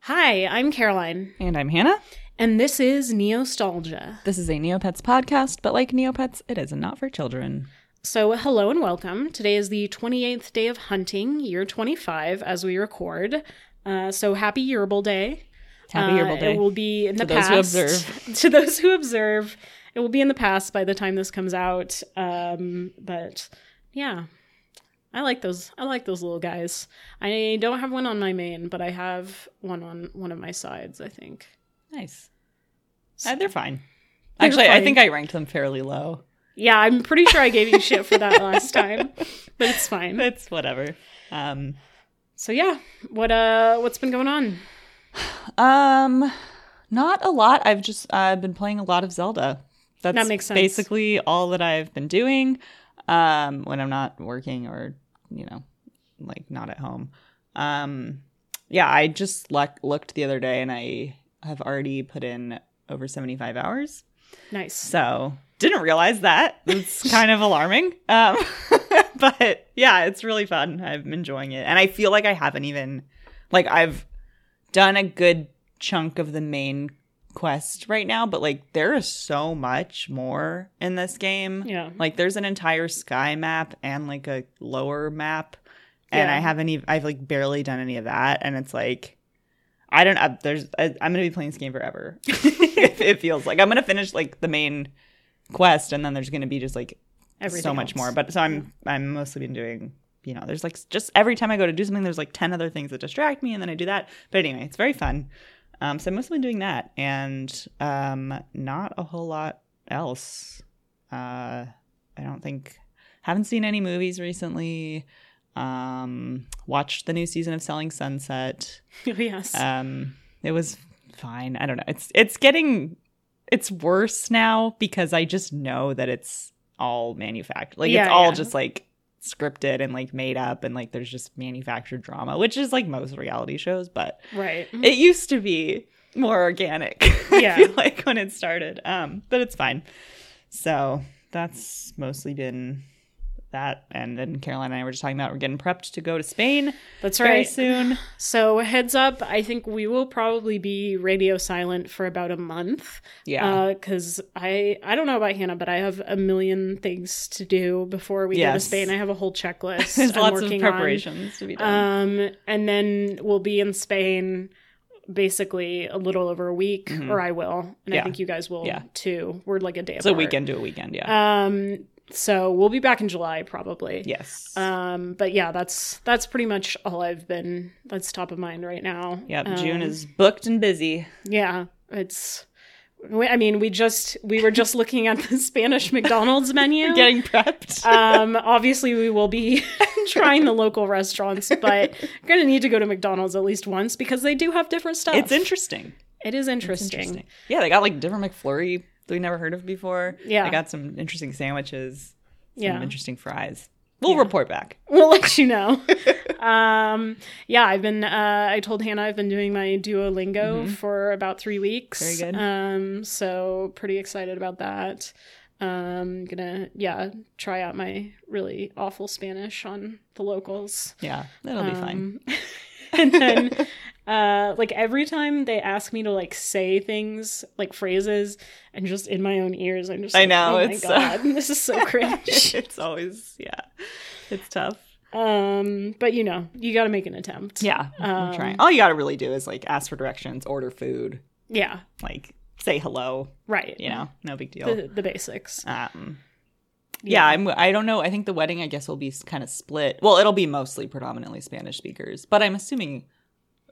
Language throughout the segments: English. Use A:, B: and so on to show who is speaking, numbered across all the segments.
A: Hi, I'm Caroline,
B: And I'm Hannah.
A: and this is Neostalgia.
B: This is a Neopets podcast, but like Neopets, it is not for children.
A: So, hello and welcome. Today is the 28th day of hunting, year 25, as we record. Uh, so, happy Yearable Day.
B: Happy
A: Uh,
B: Herbal Day.
A: It will be in the
B: those
A: past.
B: who observe.
A: to those who observe, it will be in the past by the time this comes out. Um, but yeah, I like those. I like those little guys. I don't have one on my main, but I have one on one of my sides. I think.
B: nice. Uh, they're fine.
A: They're
B: Actually, I
A: fine.
B: think I ranked them fairly low.
A: Yeah, I'm pretty sure I gave you shit for that last time, but it's fine.
B: It's whatever. Um,
A: So yeah, what uh, what's been going on?
B: um, not a lot. I've just I've been playing a lot of Zelda. That's
A: That makes sense.
B: basically all that I've been doing um, when I'm not working or you know, like not at home. Um, yeah, I just luck- looked the other day and I have already put in over 75 hours.
A: Nice.
B: So didn't realize that. It's kind of alarming. Um, but yeah, it's really fun. I'm enjoying it, and I feel like I haven't even like I've done a good chunk of the main quest right now, but like there is so much more in this game.
A: Yeah.
B: Like there's an entire sky map and like a lower map, and
A: Yeah.
B: I haven't even I've like barely done any of that, and it's like. I don't. Uh, there's. I, I'm gonna be playing this game forever. it, it feels like I'm gonna finish like the main quest, and then there's gonna be just like
A: Everything
B: so much
A: else.
B: more. But so I'm. I'm mostly been doing. You know, there's like s- just every time I go to do something, there's like ten other things that distract me, and then I do that. But anyway, it's very fun. Um, so I'm mostly been doing that, and um, not a whole lot else. Uh, I don't think. Haven't seen any movies recently. Um, watched the new season of Selling Sunset.
A: Oh, yes.
B: Um, it was fine. I don't know. It's it's getting it's worse now because I just know that it's all manufactured. Like
A: Yeah,
B: it's all
A: yeah.
B: just like scripted and like made up and like there's just manufactured drama, which is like most reality shows, but
A: right.
B: it used to be more organic.
A: Mm. Yeah.
B: I feel like when it started. Um, but it's fine. So that's mostly been that and then Caroline and I were just talking about we're getting prepped to go to Spain
A: That's
B: very
A: right.
B: soon.
A: So heads up, I think we will probably be radio silent for about a month.
B: Yeah.
A: Because I I don't know about Hannah, but I have a million things to do before we go to
B: Yes.
A: Spain. I have a whole checklist.
B: There's
A: I'm
B: lots of
A: working on.
B: preparations to be done.
A: Um, and then we'll be in Spain basically a little over a week,
B: Mhm.
A: or I will, and I
B: Yeah.
A: think you guys will
B: Yeah.
A: too. We're like a day.
B: It's a
A: apart.
B: weekend to a weekend, yeah.
A: Um, so we'll be back in July probably.
B: yes.
A: Um, but yeah, that's that's pretty much all I've been. That's top of mind right now.
B: yep.
A: Um,
B: June is booked and busy.
A: yeah. It's. we- I mean, we just we were just looking at the Spanish McDonald's menu.
B: Getting prepped.
A: um, obviously, we will be trying the local restaurants, but I'm gonna need to go to McDonald's at least once because they do have different stuff.
B: it's interesting.
A: It is
B: It's
A: interesting.
B: interesting. Yeah, they got like different McFlurry that we never heard of before.
A: Yeah.
B: They got some interesting sandwiches, some
A: Yeah.
B: interesting fries. We'll report back.
A: We'll let you know. um, yeah, I've been. Uh, I told Hannah I've been doing my Duolingo for about three weeks.
B: Mm-hmm. Very good.
A: Um, so pretty excited about that. Um, gonna yeah try out my really awful Spanish on the locals.
B: Yeah. That'll be fine.
A: Um, and then uh like every time they ask me to like say things like phrases and just in my own ears i'm just
B: I
A: like,
B: know,
A: oh
B: it's uh, so-
A: my god this is so cringe
B: it's always yeah. It's tough.
A: um but you know you gotta make an attempt
B: Yeah.
A: Um,
B: I'm trying. All you gotta really do is like ask for directions, order food,
A: yeah
B: like say hello,
A: right
B: you know, no big deal.
A: the, the basics
B: Um, yeah, I'm. I don't know. I think the wedding, I guess, will be kind of split. Well, it'll be mostly predominantly Spanish speakers, but I'm assuming.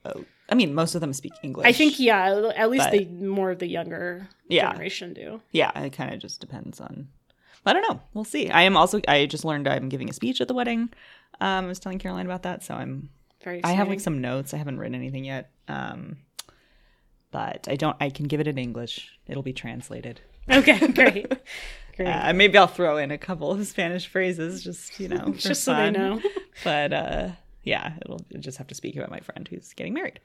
B: Uh, I mean, most of them speak English.
A: i think yeah at least
B: But-
A: the more of the younger
B: Yeah.
A: generation do
B: Yeah, it kind of just depends on. I don't know. We'll see. I am also. I just learned I'm giving a speech at the wedding. Um, I was telling Caroline about that, so I'm.
A: very
B: I
A: exciting.
B: have like some notes. I haven't written anything yet. Um, but I don't. I can give it in English. It'll be translated.
A: okay great great
B: Uh, maybe I'll throw in a couple of Spanish phrases, just you know, for
A: just so they
B: fun.
A: know
B: but uh yeah it'll I just have to speak about my friend who's getting married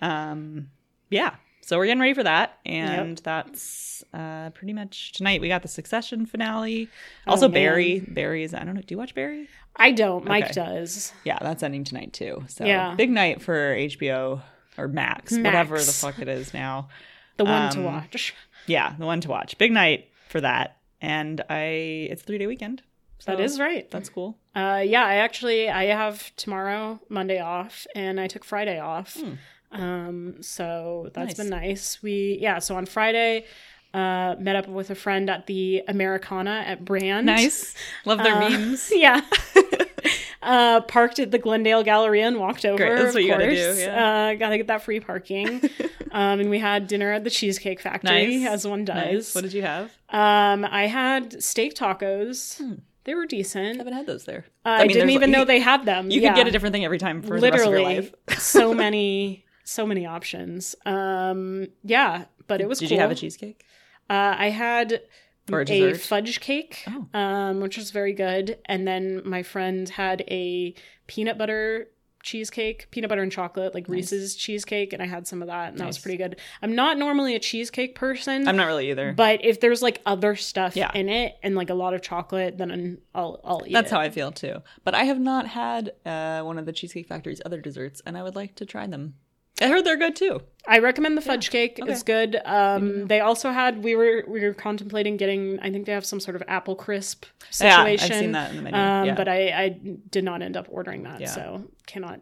B: um yeah so we're getting ready for that and that's uh pretty much tonight we got the succession finale also
A: Oh, man.
B: barry barry is i don't know do you watch barry
A: i don't mike
B: Okay.
A: does
B: yeah that's ending tonight too so
A: Yeah.
B: big night for hbo or Max,
A: Max.
B: whatever the fuck it is now.
A: The one to
B: Um,
A: watch.
B: Yeah, the one to watch. Big night for that. And I, it's three day weekend.
A: That is right.
B: That's cool.
A: Uh, yeah, I actually I have tomorrow Monday off, and I took Friday off. Um, so that's
B: Hmm. Nice.
A: been nice. We yeah, so on Friday, uh, met up with a friend at the Americana at Brand.
B: Nice. Love their
A: Uh,
B: memes.
A: Yeah. uh, parked at the Glendale Galleria and walked over.
B: that's
A: of
B: what you gotta do,
A: course.
B: yeah.
A: Uh, gotta get that free parking. um, and we had dinner at the Cheesecake Factory,
B: Nice.
A: as one
B: Nice.
A: does.
B: What did you have?
A: um, I had steak tacos.
B: Hmm.
A: They were decent.
B: haven't had those there.
A: Uh, I, didn't
B: there's-
A: even know
B: you-
A: they had them.
B: You
A: yeah.
B: could get a different thing every time for the rest of your life.
A: so many, so many options. Um, yeah, but it was.
B: Did
A: cool.
B: you have a cheesecake?
A: Uh, I had
B: Or a
A: a,
B: dessert?
A: fudge cake,
B: Oh.
A: um, which was very good, and then my friend had a peanut butter cheesecake, peanut butter and chocolate, like
B: Nice.
A: Reese's cheesecake, and I had some of that, and that was
B: Nice.
A: pretty good. I'm not normally a cheesecake person.
B: I'm not really either.
A: but if there's like other stuff
B: Yeah.
A: in it and like a lot of chocolate, then I'll I'll eat.
B: That's
A: it.
B: how I feel too. But I have not had uh, one of the Cheesecake Factory's other desserts, and I would like to try them. I heard they're good too.
A: I recommend the fudge cake.
B: Okay.
A: It's good. Um, they also had we were we were contemplating getting. I think they have some sort of apple crisp situation.
B: Yeah, I've seen that in the menu.
A: Um,
B: yeah.
A: But I, I did not end up ordering that,
B: Yeah.
A: so cannot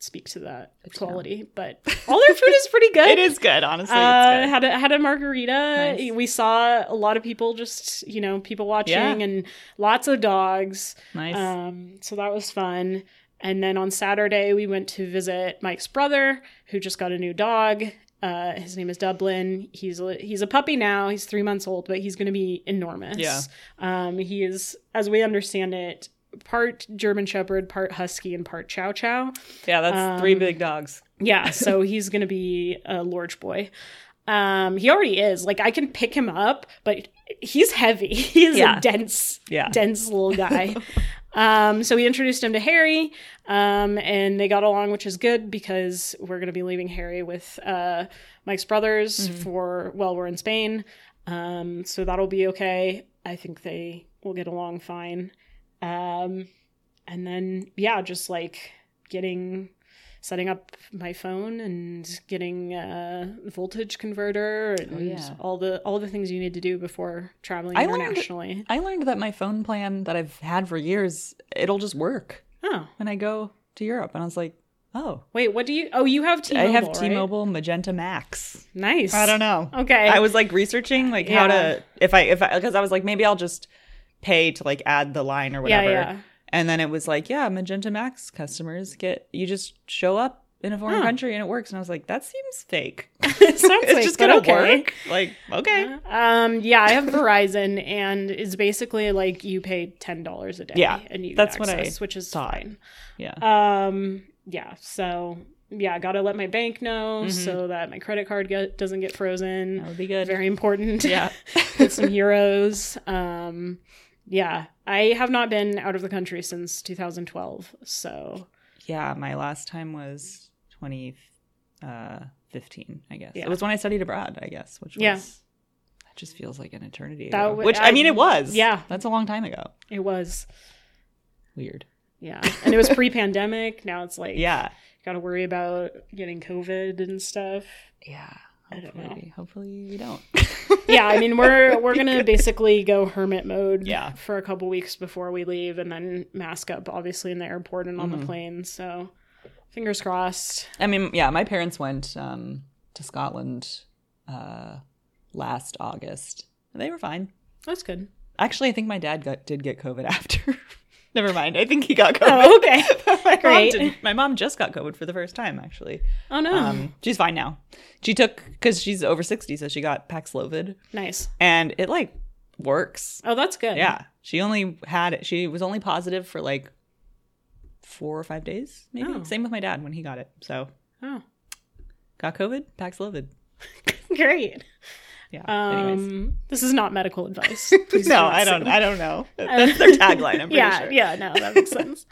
A: speak to that
B: Good to know.
A: quality. But all their food is pretty good.
B: it is good, honestly.
A: Uh,
B: it's good.
A: had a had a margarita.
B: Nice.
A: We saw a lot of people just you know people watching
B: Yeah.
A: and lots of dogs.
B: Nice.
A: Um, so that was fun. And then on Saturday, we went to visit Mike's brother, who just got a new dog. Uh, his name is Dublin. He's a, he's a puppy now. He's three months old, but he's going to be enormous.
B: Yeah.
A: Um, he is, as we understand it, part German Shepherd, part Husky, and part Chow Chow.
B: yeah, that's three
A: um,
B: big dogs.
A: Yeah, so he's gonna be a large boy. Um, he already is. Like I can pick him up, but he's heavy. He is
B: Yeah.
A: a dense,
B: Yeah.
A: dense little guy. um, so we introduced him to Harry, um, and they got along, which is good because we're gonna be leaving Harry with uh, Mike's brothers
B: Mm-hmm.
A: for well, we're in Spain, um, so that'll be okay. I think they will get along fine. Um, and then yeah, just like getting setting up my phone and getting a voltage converter and
B: Oh, yeah.
A: all the all the things you need to do before traveling
B: I learned-
A: internationally.
B: I learned that my phone plan that I've had for years it'll just work
A: Oh
B: when I go to Europe, and I was like, oh,
A: wait, what do you? Oh, you have T-Mobile.
B: I have
A: right?
B: T-Mobile Magenta Max.
A: Nice.
B: I don't know.
A: Okay.
B: I was like researching like how to if I if I because I was like maybe I'll just pay to like add the line or
A: Yeah,
B: whatever.
A: yeah.
B: And then it was like, yeah, Magenta Max customers get you just show up in a foreign
A: Huh.
B: country and it works. And I was like, that seems fake.
A: Sounds
B: it's
A: like,
B: just
A: but
B: gonna
A: okay.
B: work. Like, okay.
A: Um, yeah, I have Verizon, and it's basically like you pay ten dollars a day.
B: Yeah,
A: and you
B: that's
A: that's
B: what I
A: access, which is
B: thought.
A: fine.
B: Yeah.
A: Um, yeah, so yeah, gotta let my bank know
B: Mhm.
A: so that my credit card get, doesn't get frozen.
B: that would be good.
A: Very important.
B: yeah.
A: Get some euros. Um, yeah, I have not been out of the country since 2012. So
B: yeah. My last time was twenty uh fifteen, I guess.
A: Yeah.
B: It was when I studied abroad, I guess, which was
A: Yeah.
B: that just feels like an eternity
A: That
B: ago.
A: w-
B: which I,
A: I-
B: mean it was.
A: yeah.
B: That's a long time ago.
A: it was,
B: Weird.
A: yeah, and it was pre-pandemic. Now it's like,
B: Yeah.
A: gotta worry about getting COVID and stuff.
B: Yeah.
A: I don't
B: Hopefully, hopefully we don't.
A: yeah, I mean we're we're gonna basically go hermit mode
B: Yeah.
A: for a couple weeks before we leave, and then mask up obviously in the airport and on
B: Mhm.
A: the plane. So fingers crossed.
B: I mean, yeah, my parents went um, to Scotland uh, last August. They were fine.
A: That's good.
B: Actually, I think my dad got, did get COVID after. Never mind. I think he got COVID.
A: Oh, okay.
B: my,
A: Great.
B: Mom didn't- my mom just got COVID for the first time, actually.
A: Oh no,
B: Um, she's fine now. She took, because she's over 60, so she got Paxlovid,
A: nice.
B: and it like works.
A: Oh, that's good.
B: Yeah. She only had it, she was only positive for like four or five days, maybe.
A: Oh.
B: Same with my dad when he got it. So
A: Oh,
B: got COVID, Paxlovid.
A: great.
B: Yeah. anyways.
A: Um, this is not medical advice. Please
B: No, I
A: assume.
B: don't. I don't know. That's their tagline. I'm pretty
A: yeah,
B: sure.
A: yeah, no, that makes sense.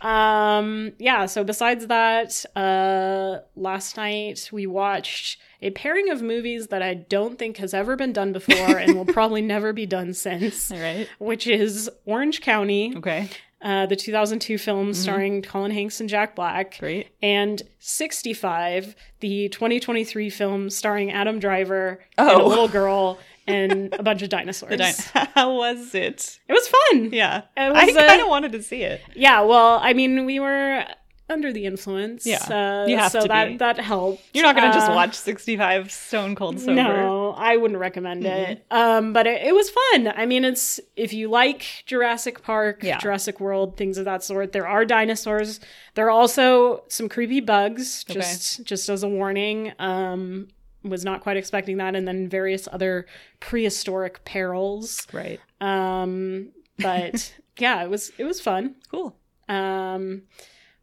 A: Um, yeah, so besides that, uh last night we watched a pairing of movies that I don't think has ever been done before and will probably never be done since,
B: All right.
A: which is Orange County,
B: Okay. Mm-hmm.
A: uh, the 2002 film starring Colin Hanks and Jack Black.
B: Great.
A: And 65, the 2023 film starring Adam Driver and a
B: Oh.
A: little girl and a bunch of dinosaurs.
B: The dine- How was it?
A: it was fun.
B: Yeah.
A: It
B: I
A: was, uh,
B: kind of wanted to see it.
A: Yeah, well, I mean, we were under the influence.
B: Yeah,
A: Uh,
B: you have
A: so
B: to
A: that
B: be.
A: that helped.
B: You're not going to just
A: Uh,
B: watch 65 Stone Cold Sober.
A: No, I wouldn't recommend it.
B: Mm-hmm.
A: Um, but it, it was fun. I mean, it's if you like Jurassic Park,
B: Yeah.
A: Jurassic World, things of that sort. There are dinosaurs. There are also some creepy bugs.
B: Okay.
A: Just just as a warning. Um, was not quite expecting that, and then various other prehistoric perils.
B: Right.
A: Um, but yeah, it was it was fun.
B: Cool.
A: Um,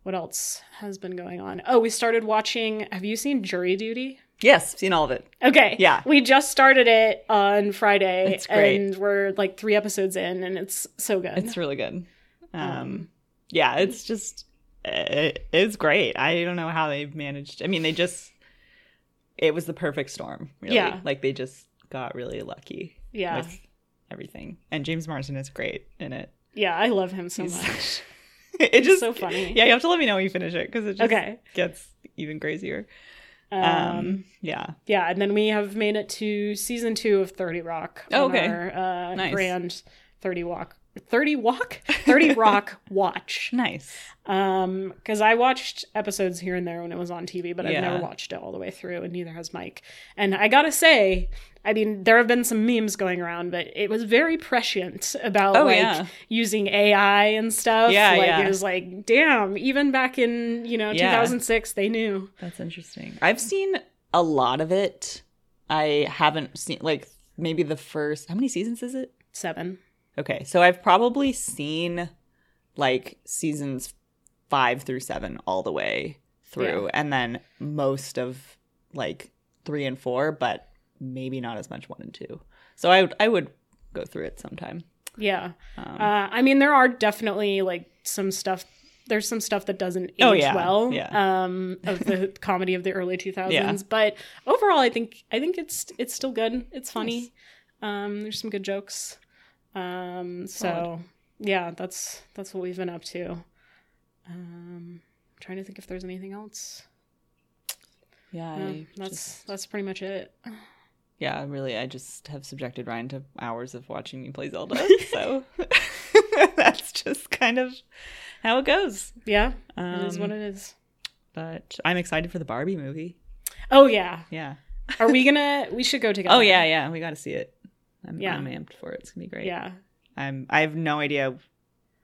A: what else has been going on? Oh, we started watching. Have you seen Jury Duty?
B: Yes, seen all of it.
A: Okay.
B: Yeah.
A: We just started it on Friday.
B: It's great.
A: And we're like three episodes in, and it's so good.
B: It's really good. Um,
A: Um,
B: yeah, it's just it, it's great. I don't know how they managed. I mean, they just it was the perfect storm. Really.
A: Yeah.
B: like they just got really lucky.
A: yeah.
B: with everything. And James Marsden is great in it.
A: yeah. I love him so
B: He's-
A: much.
B: It just
A: so funny.
B: Yeah, you have to let me know when you finish it because it just
A: Okay.
B: gets even crazier.
A: Um,
B: Um, yeah,
A: yeah. And then we have made it to season two of 30 Rock.
B: Oh,
A: on
B: okay.
A: Our, uh,
B: Nice.
A: Grand 30 Walk. 30 Walk? 30 Rock Watch.
B: nice.
A: Um, because I watched episodes here and there when it was on TV, but I've
B: Yeah.
A: never watched it all the way through, and neither has Mike. And I gotta say, I mean, there have been some memes going around, but it was very prescient about
B: Oh,
A: like
B: yeah.
A: using AI and stuff.
B: Yeah,
A: like
B: yeah.
A: it was like, damn, even back in you know
B: Yeah.
A: 2006, they knew.
B: That's interesting. I've seen a lot of it. I haven't seen like maybe the first. How many seasons is it?
A: Seven.
B: Okay, so I've probably seen like seasons five through seven all the way through, and then most of like three and four, but maybe not as much one and two. So I would I would go through it sometime.
A: Yeah.
B: Um,
A: Uh, I mean, there are definitely like some stuff. There's some stuff that doesn't age
B: Oh, yeah.
A: well
B: Yeah.
A: um, of the comedy of the early 2000s,
B: Yeah.
A: but overall, I think I think it's it's still good. It's funny.
B: Nice.
A: Um, there's some good jokes. Um, so
B: Solid.
A: yeah, that's that's what we've been up to. Um, I'm trying to think if there's anything else.
B: yeah,
A: No,
B: I
A: that's
B: just-
A: that's pretty much it.
B: yeah. Really, I just have subjected Ryan to hours of watching me play Zelda. So that's just kind of how it goes.
A: Yeah,
B: Um,
A: it is what it is.
B: but I'm excited for the Barbie movie.
A: Oh yeah,
B: Yeah.
A: are we gonna? We should go together.
B: Oh yeah, yeah. We got to see it. I'm,
A: Yeah.
B: I'm amped for it. It's gonna be great.
A: yeah.
B: I'm. I have no idea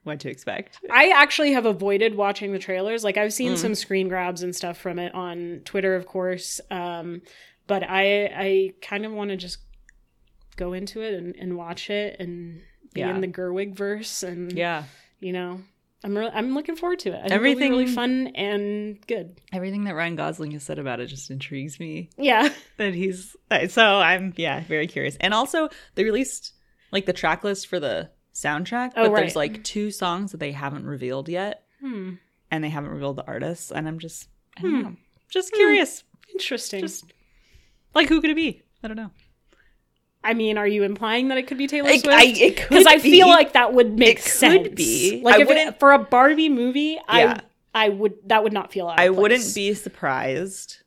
B: what to expect.
A: I actually have avoided watching the trailers. Like I've seen
B: Mm.
A: some screen grabs and stuff from it on Twitter, of course. Um, but I I kind of want to just go into it and, and watch it and be
B: Yeah.
A: in the Gerwig verse and
B: Yeah.
A: you know I'm really, I'm looking forward to it. I think
B: Everything-
A: it'll be really fun and good.
B: Everything that Ryan Gosling has said about it just intrigues me.
A: Yeah,
B: That he's uh, so I'm yeah very curious. And also they released like the track list for the soundtrack,
A: Oh,
B: but there's
A: right.
B: like two songs that they haven't revealed yet,
A: hmm.
B: and they haven't revealed the artists. And I'm just I don't
A: Hmm.
B: know, just curious.
A: interesting.
B: Just like who could it be? I don't know.
A: I mean, are you implying that it could be Taylor
B: Like,
A: Swift?
B: it could
A: because I feel
B: be.
A: like that would make
B: It could
A: sense.
B: be.
A: Like if
B: I
A: it,
B: wouldn't-
A: for a Barbie movie, I
B: Yeah.
A: I would that would not feel out. Of
B: I
A: place.
B: wouldn't be surprised,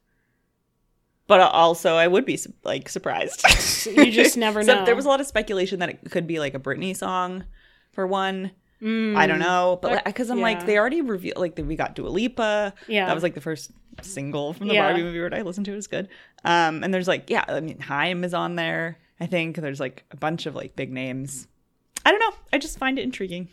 B: but also I would be su- like surprised.
A: You just never
B: Except
A: know.
B: There was a lot of speculation that it could be like a Britney song, for one.
A: Mm.
B: I don't know, but
A: That-
B: because I'm
A: yeah.
B: like they already revealed like we got Dua Lipa.
A: Yeah.
B: that was like the first single from the
A: Yeah.
B: Barbie movie. What I listened to it was good. Um, and there's like yeah, I mean Haim is on there. I think there's like a bunch of like big names. I don't know. I just find it intriguing.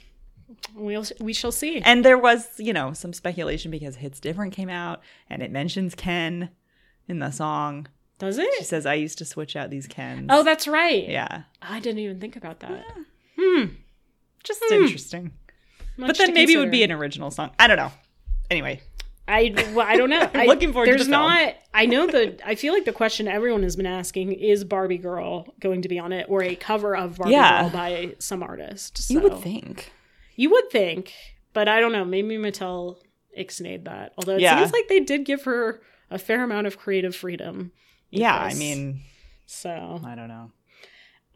A: We'll we shall see.
B: And there was, you know, some speculation because Hits Different came out and it mentions Ken in the song.
A: Does
B: She
A: it?
B: says, I used to switch out these Kens.
A: Oh, that's right.
B: yeah.
A: I didn't even think about that.
B: Just interesting. but then maybe it would be an original song. I don't know. Anyway,
A: I well, I don't know. I,
B: looking forward to
A: There's
B: the film.
A: not. I know the. I feel like the question everyone has been asking is Barbie Girl going to be on it or a cover of Barbie
B: Yeah.
A: Girl by some artist? So.
B: you would think.
A: You would think, but I don't know. Maybe Mattel ixnayed that. Although it
B: Yeah.
A: seems like they did give her a fair amount of creative freedom.
B: Yeah, I
A: Because-
B: mean,
A: So
B: I don't know.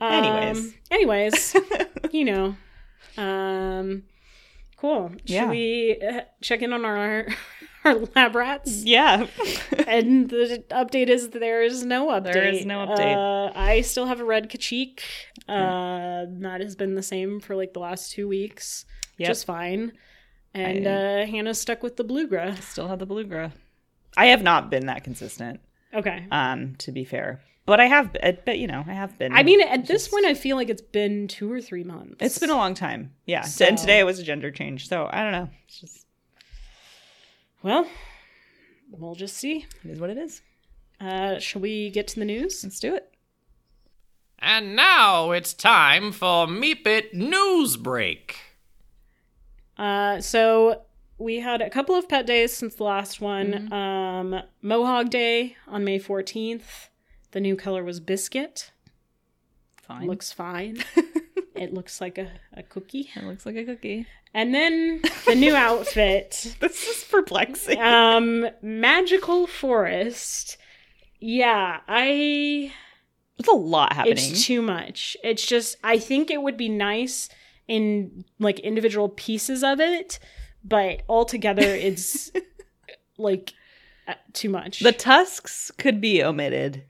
A: Um,
B: Anyways.
A: anyways, you know, um, Cool. Should
B: Yeah.
A: we uh, check in on our our lab rats?
B: Yeah.
A: and the update is there is no update.
B: There is no update. Hmm.
A: Uh, I still have a red Kachik. Uh, that has been the same for like the last two weeks,
B: Yep.
A: just fine. And uh, Hannah's stuck with the bluegrass.
B: Still have the bluegrass. I have not been that consistent,
A: Okay.
B: um, to be fair. But I have, uh, but you know, I have been.
A: I mean, at this point, I feel like it's been two or three months.
B: It's been a long time. Yeah.
A: So-
B: And today it was a gender change. So I don't know. It's just,
A: well. We'll just see.
B: it is what it is.
A: Uh, shall we get to the news?
B: Let's do it.
C: And now it's time for Meepit News Break.
A: Uh, so we had a couple of pet days since the last one. Um, Mohawk Day on May 14th. The new color was biscuit.
B: Fine.
A: Looks fine. it looks like a, a cookie.
B: it looks like a cookie.
A: And then the new outfit,
B: This is perplexing.
A: um, Magical Forest. Yeah, I.
B: It's a lot happening.
A: It's too much. It's just I think it would be nice in like individual pieces of it, but altogether it's like uh, too much.
B: the tusks could be omitted.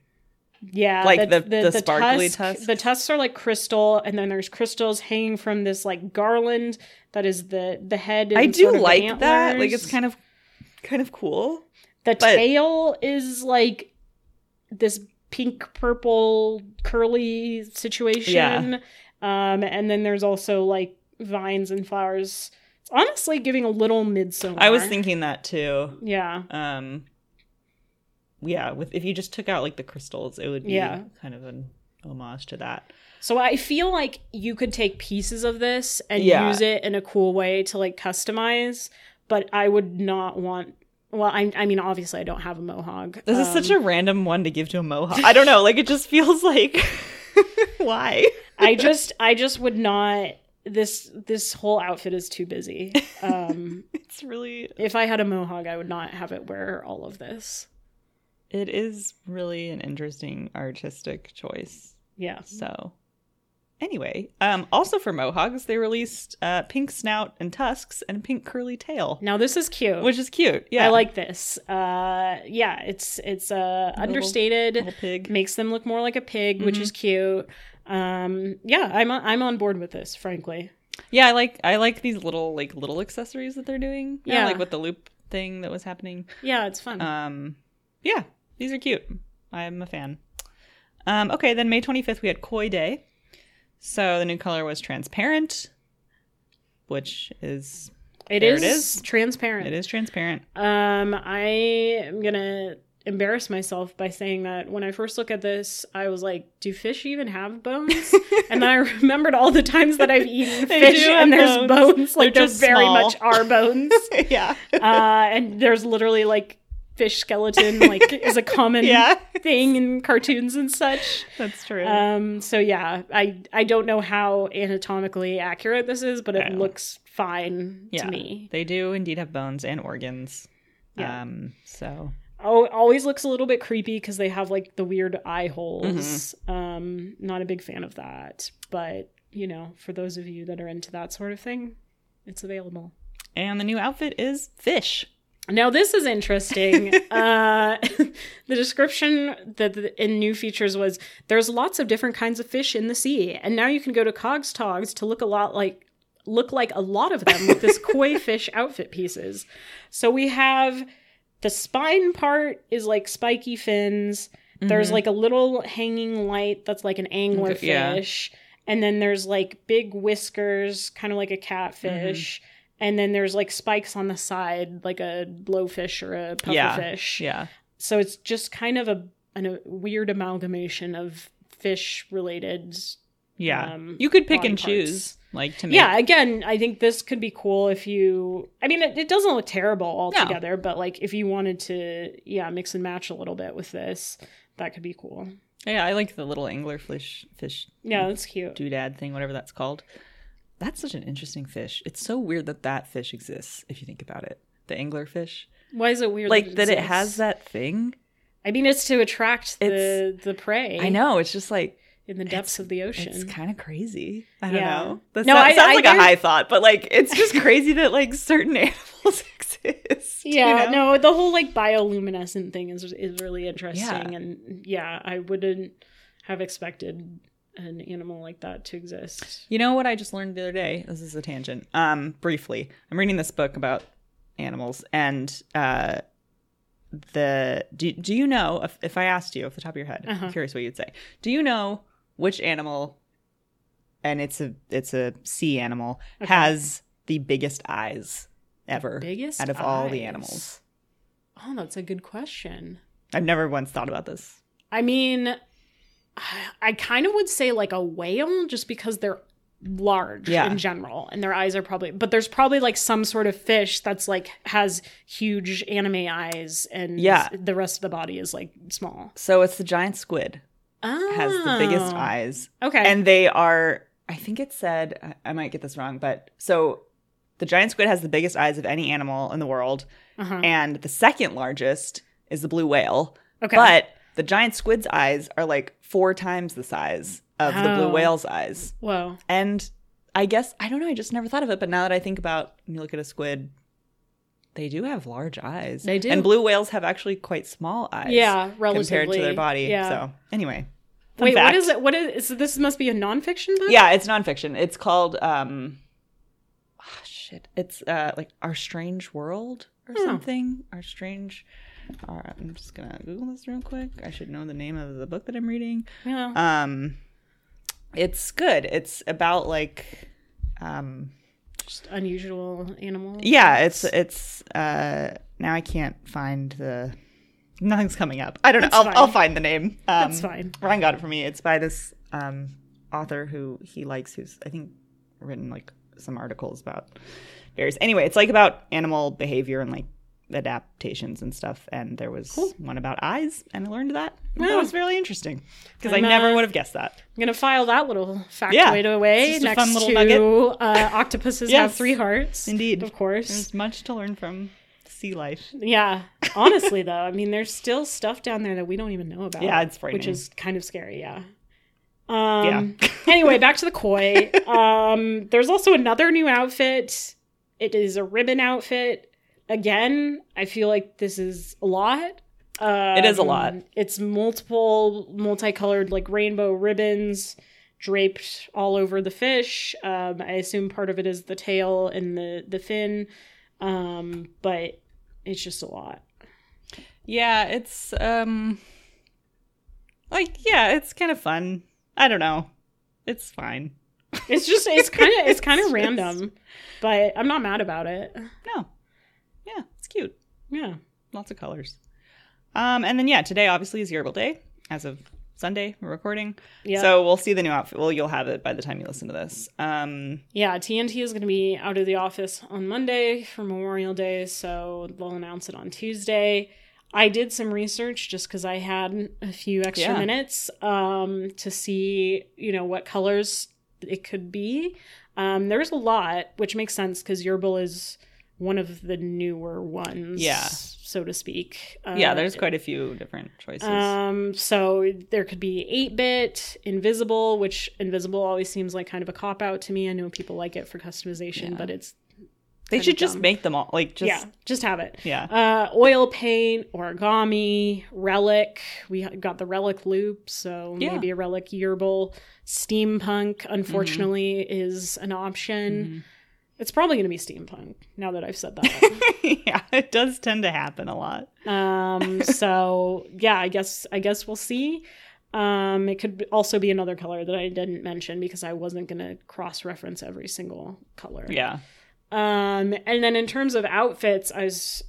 A: yeah,
B: like the- the sparkly
A: tusk-
B: tusks?
A: The tusks are like crystal, and then there's crystals hanging from this like garland that is the the head.
B: I
A: and
B: do
A: sort of
B: like that. Like
A: antlers.
B: it's kind of kind of cool.
A: the
B: but-
A: tail is like this pink purple curly situation
B: Yeah.
A: um and then there's also like vines and flowers it's honestly giving a little midsummer
B: I was thinking that too.
A: yeah
B: Um yeah, with if you just took out like the crystals, it would be
A: Yeah.
B: kind of an homage to that.
A: so i feel like you could take pieces of this and
B: Yeah.
A: use it in a cool way to like customize but i would not want well i, I mean obviously i don't have a mohawk Um,
B: This is such a random one to give to a mohawk. I don't know, like it just feels like why?
A: I just I just would not this this whole outfit is too busy. Um
B: It's really
A: if I had a mohawk, I would not have it wear all of this.
B: it is really an interesting artistic choice.
A: Yeah.
B: So anyway, um also for mohawks, they released uh pink snout and tusks and pink curly tail.
A: Now this is cute.
B: Which is cute. Yeah.
A: I like this. Uh yeah, it's it's uh understated
B: little pig. Mm-hmm.
A: makes them look more like a pig, which is cute. Um yeah, I'm on- I'm on board with this, frankly.
B: Yeah, I like I like these little like little accessories that they're doing. Yeah,
A: Yeah. Mm-hmm.
B: like with the loop thing that was happening.
A: Yeah, it's fun.
B: Um, yeah, these are cute. I'm a fan. Um, okay, then May 25th we had Koi Day, so the new color was transparent, which is there it is.
A: transparent.
B: it is transparent.
A: Um, I am gonna embarrass myself by saying that when I first look at this, I was like, "Do fish even have bones?" and then I remembered all the times that I've eaten
B: They
A: fish,
B: do have
A: and there's
B: bones.
A: bones. Like
B: They're
A: there
B: just
A: very
B: small.
A: much are bones.
B: yeah,
A: uh, and there's literally like fish skeleton, like is a common
B: yeah,
A: thing in cartoons and such.
B: that's true.
A: Um, so yeah, I I don't know how anatomically accurate this is, but
B: I
A: it
B: don't-
A: looks fine
B: yeah,
A: to me.
B: they do indeed have bones and organs.
A: Yeah.
B: Um, so
A: Oh, always looks a little bit creepy because they have like the weird eye holes. Um, not a big fan of that, but you know, for those of you that are into that sort of thing, it's available.
B: and the new outfit is fish.
A: Now this is interesting. uh, the description that the, in new features was there's lots of different kinds of fish in the sea, and now you can go to Cog's Togs to look a lot like look like a lot of them with this koi fish outfit pieces. So we have the spine part is like spiky fins. There's like a little hanging light that's like an angler
B: Okay, yeah.
A: fish. And then there's like big whiskers, kind of like a catfish.
B: Mm-hmm.
A: And then there's like spikes on the side, like a blowfish or a
B: Yeah.
A: pufferfish.
B: Yeah,
A: So it's just kind of a, an, a weird amalgamation of fish related.
B: yeah.
A: Um,
B: you could pick
A: body
B: and
A: parts.
B: choose, like to make
A: Yeah, again, I think this could be cool if you. I mean, it, it doesn't look terrible altogether, but like if you wanted to, yeah, mix and match a little bit with this, that could be cool.
B: Yeah, I like the little angler fish, fish
A: Yeah, that's cute.
B: doodad thing, whatever that's called. That's such an interesting fish. It's so weird that that fish exists. If you think about it, the angler fish,
A: Why is it weird?
B: like that, it has
A: exists?
B: that thing.
A: I mean, it's to attract the the prey.
B: I know. It's just like
A: in the depths of the ocean.
B: It's kind of crazy. I don't
A: Yeah.
B: know. That
A: No,
B: no,
A: I-
B: sounds
A: I-
B: like a
A: there's-
B: high thought, but like it's just crazy that like certain animals exist. you
A: yeah,
B: know?
A: no, the whole like bioluminescent thing is is really interesting,
B: Yeah.
A: and yeah, I wouldn't have expected an animal like that to exist.
B: You know what I just learned the other day? This is a tangent. Um, briefly, I'm reading this book about animals, and uh, the do do you know if, if I asked you off the top of your head?
A: Uh-huh.
B: I'm curious what you'd say. Do you know which animal? And it's a it's a sea animal
A: Okay.
B: has the biggest eyes ever
A: Biggest
B: out of all the
A: eyes.
B: animals.
A: Oh, that's a good question.
B: I've never once thought about this.
A: I mean, I- I kind of would say like a whale just because they're large
B: Yeah.
A: in general and their eyes are probably but there's probably like some sort of fish that's like has huge anime eyes and
B: Yeah.
A: the rest of the body is like small.
B: So it's the giant squid
A: Oh.
B: has the biggest eyes
A: Okay.
B: and they are i think it said I- i might get this wrong but so the giant squid has the biggest eyes of any animal in the world
A: uh-huh.
B: and the second largest is the blue whale
A: okay.
B: but the giant squid's eyes are like four times the size of the
A: Oh.
B: blue whale's eyes
A: Whoa.
B: and i guess i don't know i just never thought of it but now that i think about when you look at a squid they do have large eyes
A: They do.
B: and blue whales have actually quite small eyes
A: Yeah, relatively
B: compared to their body
A: Yeah.
B: so anyway fun
A: Wait, what
B: fact.
A: is it? What is so this? Must be a nonfiction book.
B: yeah, it's nonfiction. It's called um ah, shit. It's uh like Our Strange World or
A: Hmm.
B: something. Our Strange all right, I'm just gonna Google this real quick. I should know the name of the book that I'm reading.
A: Yeah.
B: Um it's good. It's about like um
A: Just unusual animal.
B: yeah, it's it's uh now I can't find the nothing's coming up. I don't know.
A: That's
B: I'll,
A: fine.
B: I'll find the name. Um,
A: That's fine.
B: Ryan got it for me. It's by this um author who he likes who's I think written like some articles about various anyway, it's like about animal behavior and like adaptations and stuff and there was one about eyes and I learned that. And That
A: Wow.
B: was really interesting because I
A: I'm, uh,
B: never would have guessed that.
A: I'm gonna file that little factoid
B: Yeah.
A: away
B: It's just a
A: next
B: fun little
A: to
B: nugget.
A: uh, octopuses have
B: Yes.
A: three hearts.
B: Indeed.
A: of course.
B: There's much to learn from sea life.
A: Yeah. Honestly, though, I mean, there's still stuff down there that we don't even know about.
B: Yeah, it's frightening.
A: which is kind of scary. Yeah. Um, anyway, back to the koi. Um, there's also another new outfit. It is a ribbon outfit. Again, I feel like this is a lot. Um,
B: It is a lot.
A: It's multiple multicolored like rainbow ribbons draped all over the fish. Um, I assume part of it is the tail and the the fin, um, but it's just a lot.
B: Yeah, it's um like yeah, it's kind of fun. I don't know. It's fine.
A: It's just it's kind of it's kind
B: It's
A: of
B: just-
A: random, but I'm not mad about it.
B: No. Yeah, it's cute.
A: Yeah.
B: Lots of colors. Um and then yeah, today obviously is Yerbil Day as of Sunday we're recording.
A: Yeah.
B: So we'll see the new outfit. Well, you'll have it by the time you listen to this. Um
A: Yeah, TNT is going to be out of the office on Monday for Memorial Day, so they'll announce it on Tuesday. I did some research just because I had a few extra
B: Yeah.
A: minutes um, to see, you know, what colors it could be. Um, there's a lot, which makes sense because Yerbil is one of the newer ones,
B: Yeah.
A: so to speak.
B: yeah,
A: Uh,
B: there's quite a few different choices.
A: um, so there could be 8 bit, invisible, which invisible always seems like kind of a cop out to me. I know people like it for customization,
B: Yeah.
A: but it's
B: they
A: kind
B: should
A: of
B: just
A: dumb.
B: make them all like just
A: yeah, just have it.
B: yeah.
A: Uh, oil paint, origami, relic. We got the relic loop, so
B: Yeah.
A: maybe a relic yearbowl. Steampunk, unfortunately,
B: Mm-hmm.
A: is an option. It's probably going to be steampunk now that I've said that.
B: yeah, it does tend to happen a lot.
A: Um, so yeah, I guess I guess we'll see. Um, it could also be another color that I didn't mention because I wasn't gonna cross reference every single color.
B: Yeah.
A: Um, and then in terms of outfits, I was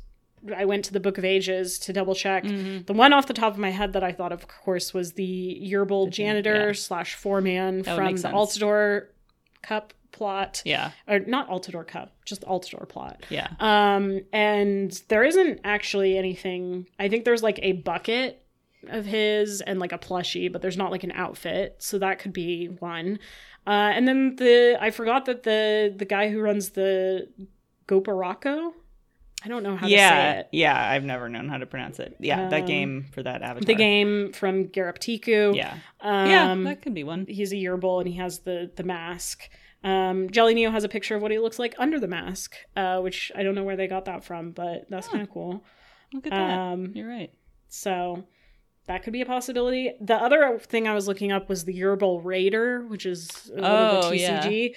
A: I went to the Book of Ages to double check.
B: Mm.
A: The one off the top of my head that I thought, of course, was the Yerbal
B: jan-
A: janitor
B: yeah.
A: slash foreman
B: That would
A: from
B: make
A: the
B: sense.
A: Altador Cup plot,
B: Yeah.
A: or not Altador Cup, just Altador plot.
B: Yeah.
A: Um, and there isn't actually anything. I think there's like a bucket of his and like a plushie, but there's not like an outfit, so that could be one. Uh, and then the I forgot that the the guy who runs the Goparako I don't know how to say
B: yeah,
A: it.
B: yeah. I've never known how to pronounce it. Yeah, that
A: Um,
B: game for that avatar.
A: The game from Garaptiku.
B: Yeah,
A: Um,
B: yeah, that could be one.
A: he's a yearbull and he has the the mask. Um, Jelly Neo has a picture of what he looks like under the mask, uh, which I don't know where they got that from, but that's
B: Huh.
A: kind of cool.
B: Look at that.
A: Um,
B: You're right.
A: So that could be a possibility. The other thing I was looking up was the Yerbal Raider, which is one of
B: Oh,
A: the
B: yeah.
A: TCG.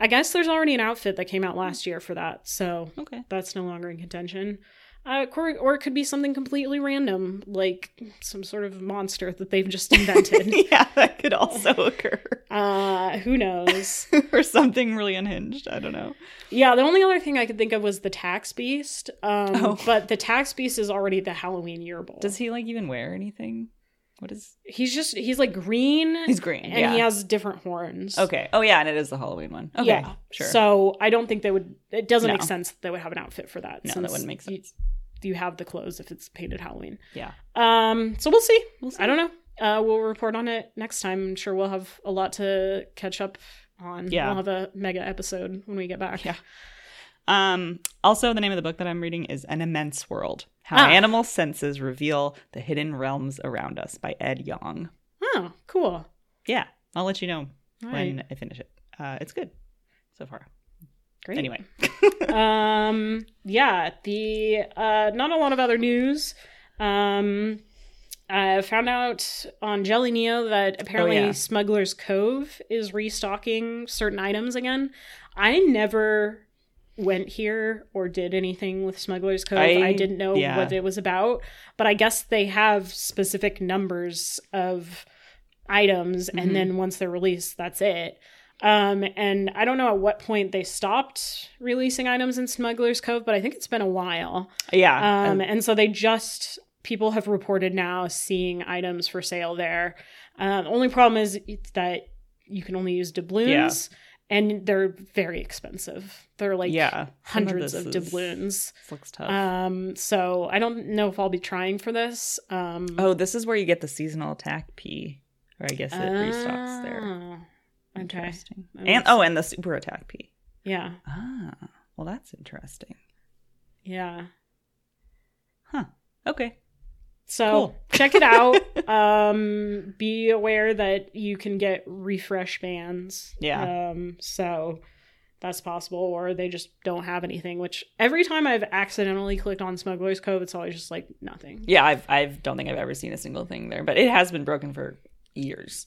A: I guess there's already an outfit that came out last year for that, so
B: Okay.
A: that's no longer in contention. Uh, or, or it could be something completely random, like some sort of monster that they've just invented.
B: yeah, that could also occur.
A: uh, who knows?
B: or something really unhinged. I don't know.
A: Yeah, the only other thing I could think of was the tax beast. Um,
B: Oh.
A: But the tax beast is already the Halloween yearbowl.
B: Does he like even wear anything? What is?
A: He's just, he's like green.
B: He's green.
A: and
B: yeah.
A: he has different horns.
B: okay. Oh yeah, and it is the Halloween one. Okay.
A: Yeah.
B: Sure.
A: So I don't think they would. It doesn't make
B: No.
A: sense that they would have an outfit for that.
B: no, that
A: since
B: wouldn't make
A: you-
B: sense.
A: You, have the clothes if it's painted Halloween.
B: Yeah.
A: Um. So we'll see.
B: We'll see.
A: I don't know. Uh, we'll report on it next time. I'm sure we'll have a lot to catch up on.
B: Yeah.
A: We'll have a mega episode when we get back.
B: Yeah. Um, also, the name of the book that I'm reading is An Immense World How
A: Ah.
B: Animal Senses Reveal the Hidden Realms Around Us by Ed Yong.
A: Oh, cool.
B: Yeah, I'll let you know
A: All
B: when
A: right.
B: I finish it. Uh, it's good so far.
A: Great.
B: Anyway,
A: um yeah the uh not a lot of other news um i found out on jelly neo that apparently
B: Oh, yeah.
A: smugglers cove is restocking certain items again i never went here or did anything with smugglers cove i,
B: I-
A: didn't know
B: yeah.
A: what it was about but i guess they have specific numbers of items
B: Mhm.
A: and then once they're released that's it um and i don't know at what point they stopped releasing items in smugglers cove but i think it's been a while
B: yeah,
A: um
B: uh,
A: and so they just people have reported now seeing items for sale there um only problem is it's that you can only use doubloons and they're very expensive they're like
B: yeah, some
A: hundreds of,
B: this is-
A: doubloons
B: this looks tough.
A: um so i don't know if i'll be trying for this um
B: oh, this is where you get the seasonal attack P, or I guess it restocks there.
A: oh, Ah, okay
B: Interesting.
A: That
B: And
A: makes-
B: oh, and the super attack P.
A: yeah
B: Ah, well, that's interesting.
A: yeah
B: Okay.
A: So
B: Cool.
A: check it out. um, be aware that you can get refresh bans.
B: Yeah.
A: Um, so that's possible, or they just don't have anything. Which every time I've accidentally clicked on Smuggler's Cove, it's always just like nothing.
B: Yeah, I've I don't think I've ever seen a single thing there, but it has been broken for years.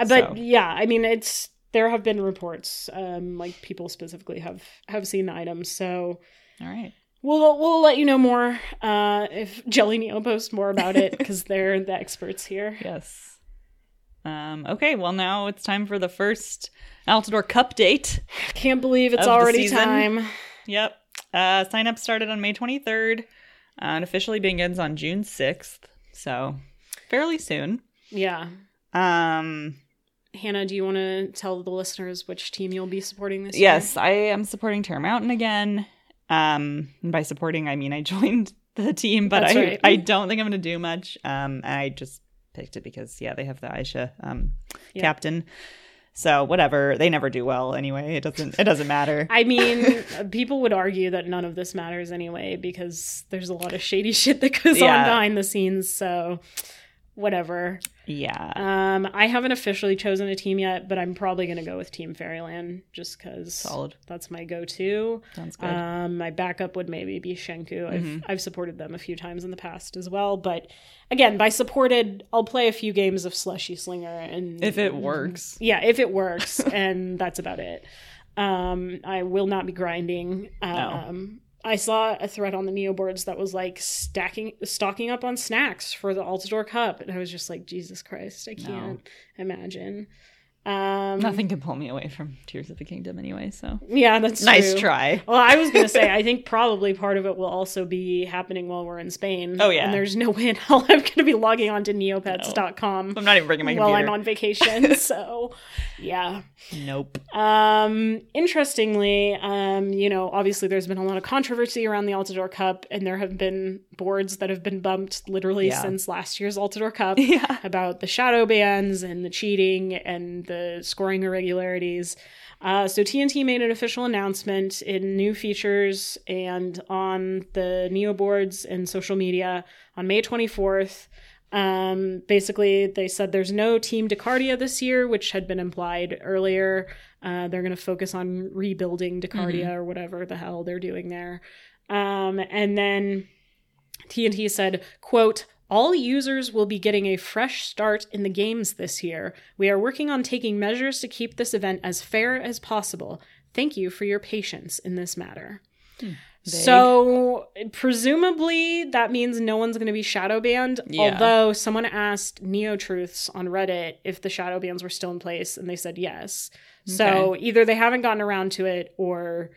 A: Uh,
B: So.
A: But yeah, I mean, it's there have been reports. Um, like people specifically have have seen the items. So
B: All right.
A: we'll we'll let you know more uh, if Jelly Neo posts more about it because they're the experts here.
B: Yes. Um, okay, well now it's time for the first Altador Cup date.
A: Can't believe
B: Of
A: it's
B: the
A: already
B: season.
A: time.
B: Yep. Uh, sign up started on May 23rd uh, and officially begins on June 6th. So fairly soon.
A: Yeah.
B: Um,
A: Hannah, do you want to tell the listeners which team you'll be supporting this year?
B: yes, I am supporting Terra Mountain again. Um, and by supporting, I mean I joined the team, but
A: That's
B: I,
A: right.
B: I don't think I'm going to do much. Um, I just picked it because, yeah, they have the Aisha um,
A: Yeah.
B: captain. So whatever, they never do well anyway. It doesn't. It doesn't matter.
A: I mean, people would argue that none of this matters anyway because there's a lot of shady shit that goes
B: Yeah.
A: on behind the scenes. So, whatever.
B: yeah,
A: Um, I haven't officially chosen a team yet, but I'm probably going to go with Team Fairyland just because
B: solid.
A: that's my go to.
B: Sounds good.
A: Um, my backup would maybe be Shenku. I've
B: Mhm.
A: I've supported them a few times in the past as well, but again, by supported, I'll play a few games of Slushy Slinger and
B: if it works,
A: Yeah, if it works, and that's about it. Um, I will not be grinding. Um, I saw a thread on the Neo boards that was like stacking, stocking up on snacks for the Altador Cup, and I was just like, Jesus Christ, I
B: No.
A: can't imagine. Um,
B: nothing can pull me away from Tears of the Kingdom anyway. So
A: Yeah, that's
B: nice
A: true.
B: try.
A: Well, I was gonna say, I think probably part of it will also be happening while we're in Spain.
B: Oh, yeah.
A: and there's no way in hell I'm gonna be logging on to neopets.com
B: I'm not even bringing my
A: while I'm
B: computer.
A: on vacation. so, yeah.
B: Nope.
A: Um, interestingly, um, you know, obviously there's been a lot of controversy around the Altador Cup, and there have been boards that have been bumped literally
B: Yeah.
A: since last year's Altador Cup
B: Yeah.
A: about the shadow bans and the cheating and the the scoring irregularities. Uh, so TNT made an official announcement in new features and on the Neo boards and social media on May 24th. Um, basically, they said there's no Team Decardia this year, which had been implied earlier. Uh, they're going to focus on rebuilding Decardia or whatever the hell they're doing there. Um, and then TNT said, quote, all users will be getting a fresh start in the games this year. We are working on taking measures to keep this event as fair as possible. Thank you for your patience in this matter. So, presumably, that means no one's going to be shadow banned.
B: Yeah.
A: Although, someone asked NeoTruths on Reddit if the shadow bans were still in place, and they said yes. So, either they haven't gotten around to it, or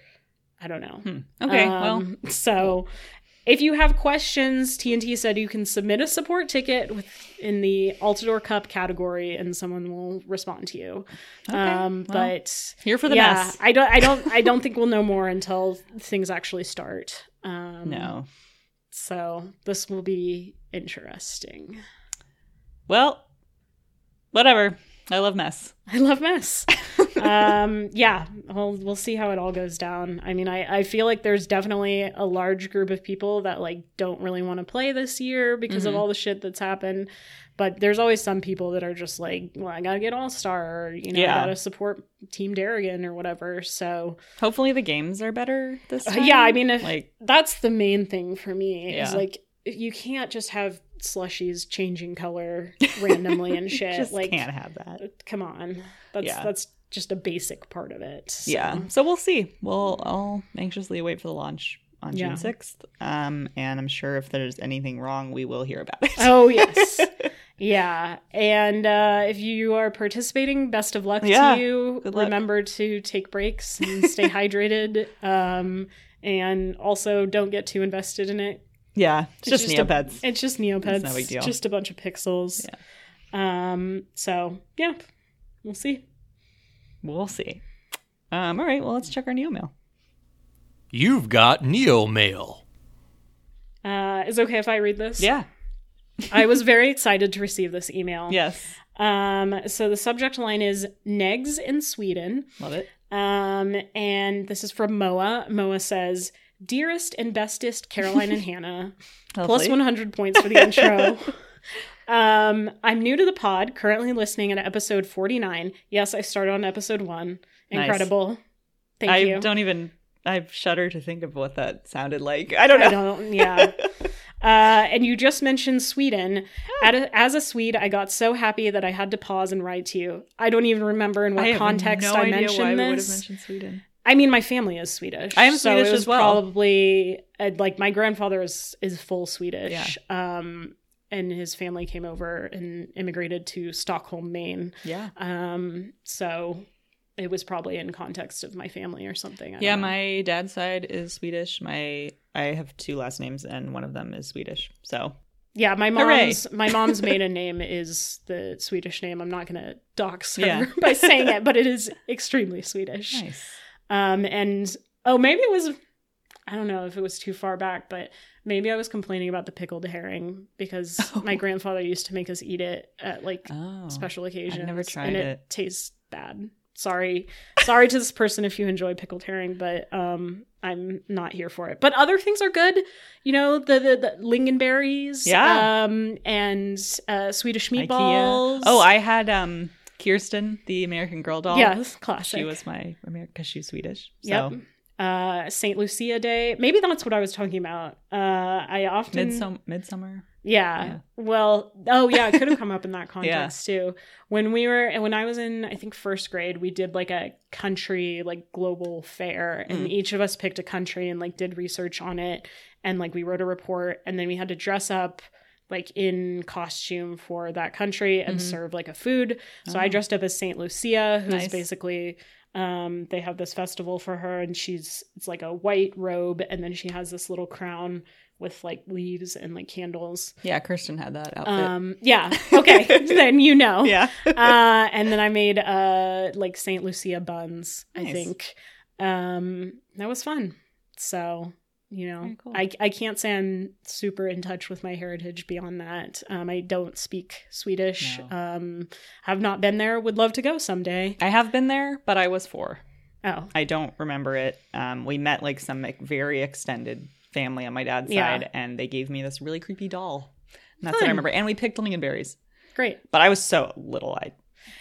A: I don't know.
B: Hmm. Okay, well,
A: Um, so if you have questions, TNT said you can submit a support ticket with in the Altador Cup category, and someone will respond to you. um,
B: well,
A: but
B: here for the
A: yeah,
B: mess.
A: I don't, I don't, I don't think we'll know more until things actually start. Um,
B: No.
A: So this will be interesting.
B: Well, whatever. I love mess.
A: I love mess. um, yeah, we'll we'll see how it all goes down. I mean, I I feel like there's definitely a large group of people that like don't really want to play this year because of
B: Mhm.
A: all the shit that's happened. But there's always some people that are just like, well, I gotta get All Star, or you know,
B: Yeah.
A: I gotta support Team Darrigan or whatever. So
B: Hopefully the games are better this
A: Uh,
B: time.
A: yeah, I mean, if-
B: like
A: that's the main thing for me is
B: Yeah.
A: like you can't just have slushies changing color randomly and shit.
B: just
A: like,
B: can't have that.
A: come on, that's
B: Yeah.
A: that's just a basic part of it. So.
B: Yeah. So we'll see. We'll all anxiously wait for the launch on
A: Yeah.
B: June sixth. Um, and I'm sure if there's anything wrong, we will hear about it.
A: Oh yes. yeah. And uh, if you are participating, best of luck
B: Yeah.
A: to you.
B: Good luck.
A: Remember to take breaks and stay hydrated. Um, and also don't get too invested in it.
B: yeah. It's,
A: It's
B: just,
A: just a-
B: Neopets.
A: It's just Neopets.
B: It's no big deal.
A: Just a bunch of pixels. Um, so yeah. We'll see.
B: We'll see. Um, all right, well let's check our Neo mail.
C: You've got Neo Mail.
A: Uh, is it okay if I read this?
B: Yeah.
A: I was very excited to receive this email.
B: Yes.
A: Um, so the subject line is Negs in Sweden.
B: Love it.
A: Um, and this is from Moa. Moa says, Dearest and bestest Caroline and Hannah, plus
B: Lovely.
A: 100 points for the intro. um, I'm new to the pod, currently listening at episode 49. Yes, I started on episode one.
B: Nice.
A: Incredible. Thank
B: I
A: you.
B: don't even I shudder to think of what that sounded like. I don't know.
A: I don't, yeah. Uh, and you just mentioned Sweden.
B: Oh.
A: At a, as a Swede, I got so happy that I had to pause and write to you. I don't even remember in what
B: I have
A: context
B: no
A: I
B: idea
A: mentioned
B: why
A: this.
B: we would have mentioned Sweden.
A: I mean, my family is Swedish.
B: I am
A: so
B: Swedish
A: it was
B: as well.
A: Probably uh, like my grandfather is is full Swedish. Um, and his family came over and immigrated to Stockholm, Maine.
B: Yeah.
A: Um, so it was probably in context of my family or something. I don't
B: Yeah,
A: know.
B: my dad's side is Swedish. My I have two last names and one of them is Swedish. So
A: yeah, my
B: Hooray.
A: mom's my mom's maiden name is the Swedish name. I'm not gonna dox her
B: Yeah.
A: by saying it, but it is extremely Swedish.
B: nice.
A: Um, and oh, maybe it was, I don't know if it was too far back, but maybe I was complaining about the pickled herring because
B: Oh.
A: my grandfather used to make us eat it at like
B: Oh.
A: special occasions.
B: tried
A: and
B: it.
A: tastes bad. Sorry, sorry to this person if you enjoy pickled herring, but um, I'm not here for it. But other things are good, you know, the the, the lingonberries,
B: Yeah.
A: um, and uh, Swedish
B: IKEA.
A: meatballs.
B: Oh, I had um Kirsten, the American Girl doll.
A: yes, classic.
B: She was my American because she's Swedish.
A: Yep.
B: So
A: Uh, St. Lucia Day. Maybe that's what I was talking about. Uh, I often.
B: Midsom- Midsummer.
A: Yeah.
B: yeah.
A: Well, oh, yeah, it could have come up in that context too. When we were, when I was in, I think, first grade, we did like a country, like global fair, and
B: Mm.
A: each of us picked a country and like did research on it. And like we wrote a report, and then we had to dress up like in costume for that country and
B: Mhm.
A: serve like a food. So I
B: Oh.
A: dressed up as Saint Lucia, who's
B: Nice.
A: basically um they have this festival for her and she's it's like a white robe and then she has this little crown with like leaves and like candles.
B: Yeah, Kirsten had that outfit.
A: Um oh. yeah. Okay. then you know.
B: yeah.
A: Uh and then I made uh like Saint Lucia buns, I
B: Nice.
A: think. Um that was fun. So you know
B: Very cool.
A: I, I can't say i'm super in touch with my heritage beyond that um, i don't speak swedish
B: No.
A: um, have not been there would love to go someday
B: I have been there, but I was four.
A: oh
B: I don't remember it. Um, we met like some like, very extended family on my dad's
A: Yeah.
B: side, and they gave me this really creepy doll. And that's what I
A: Fun.
B: remember. And we picked lingonberries,
A: great
B: but I was so little. I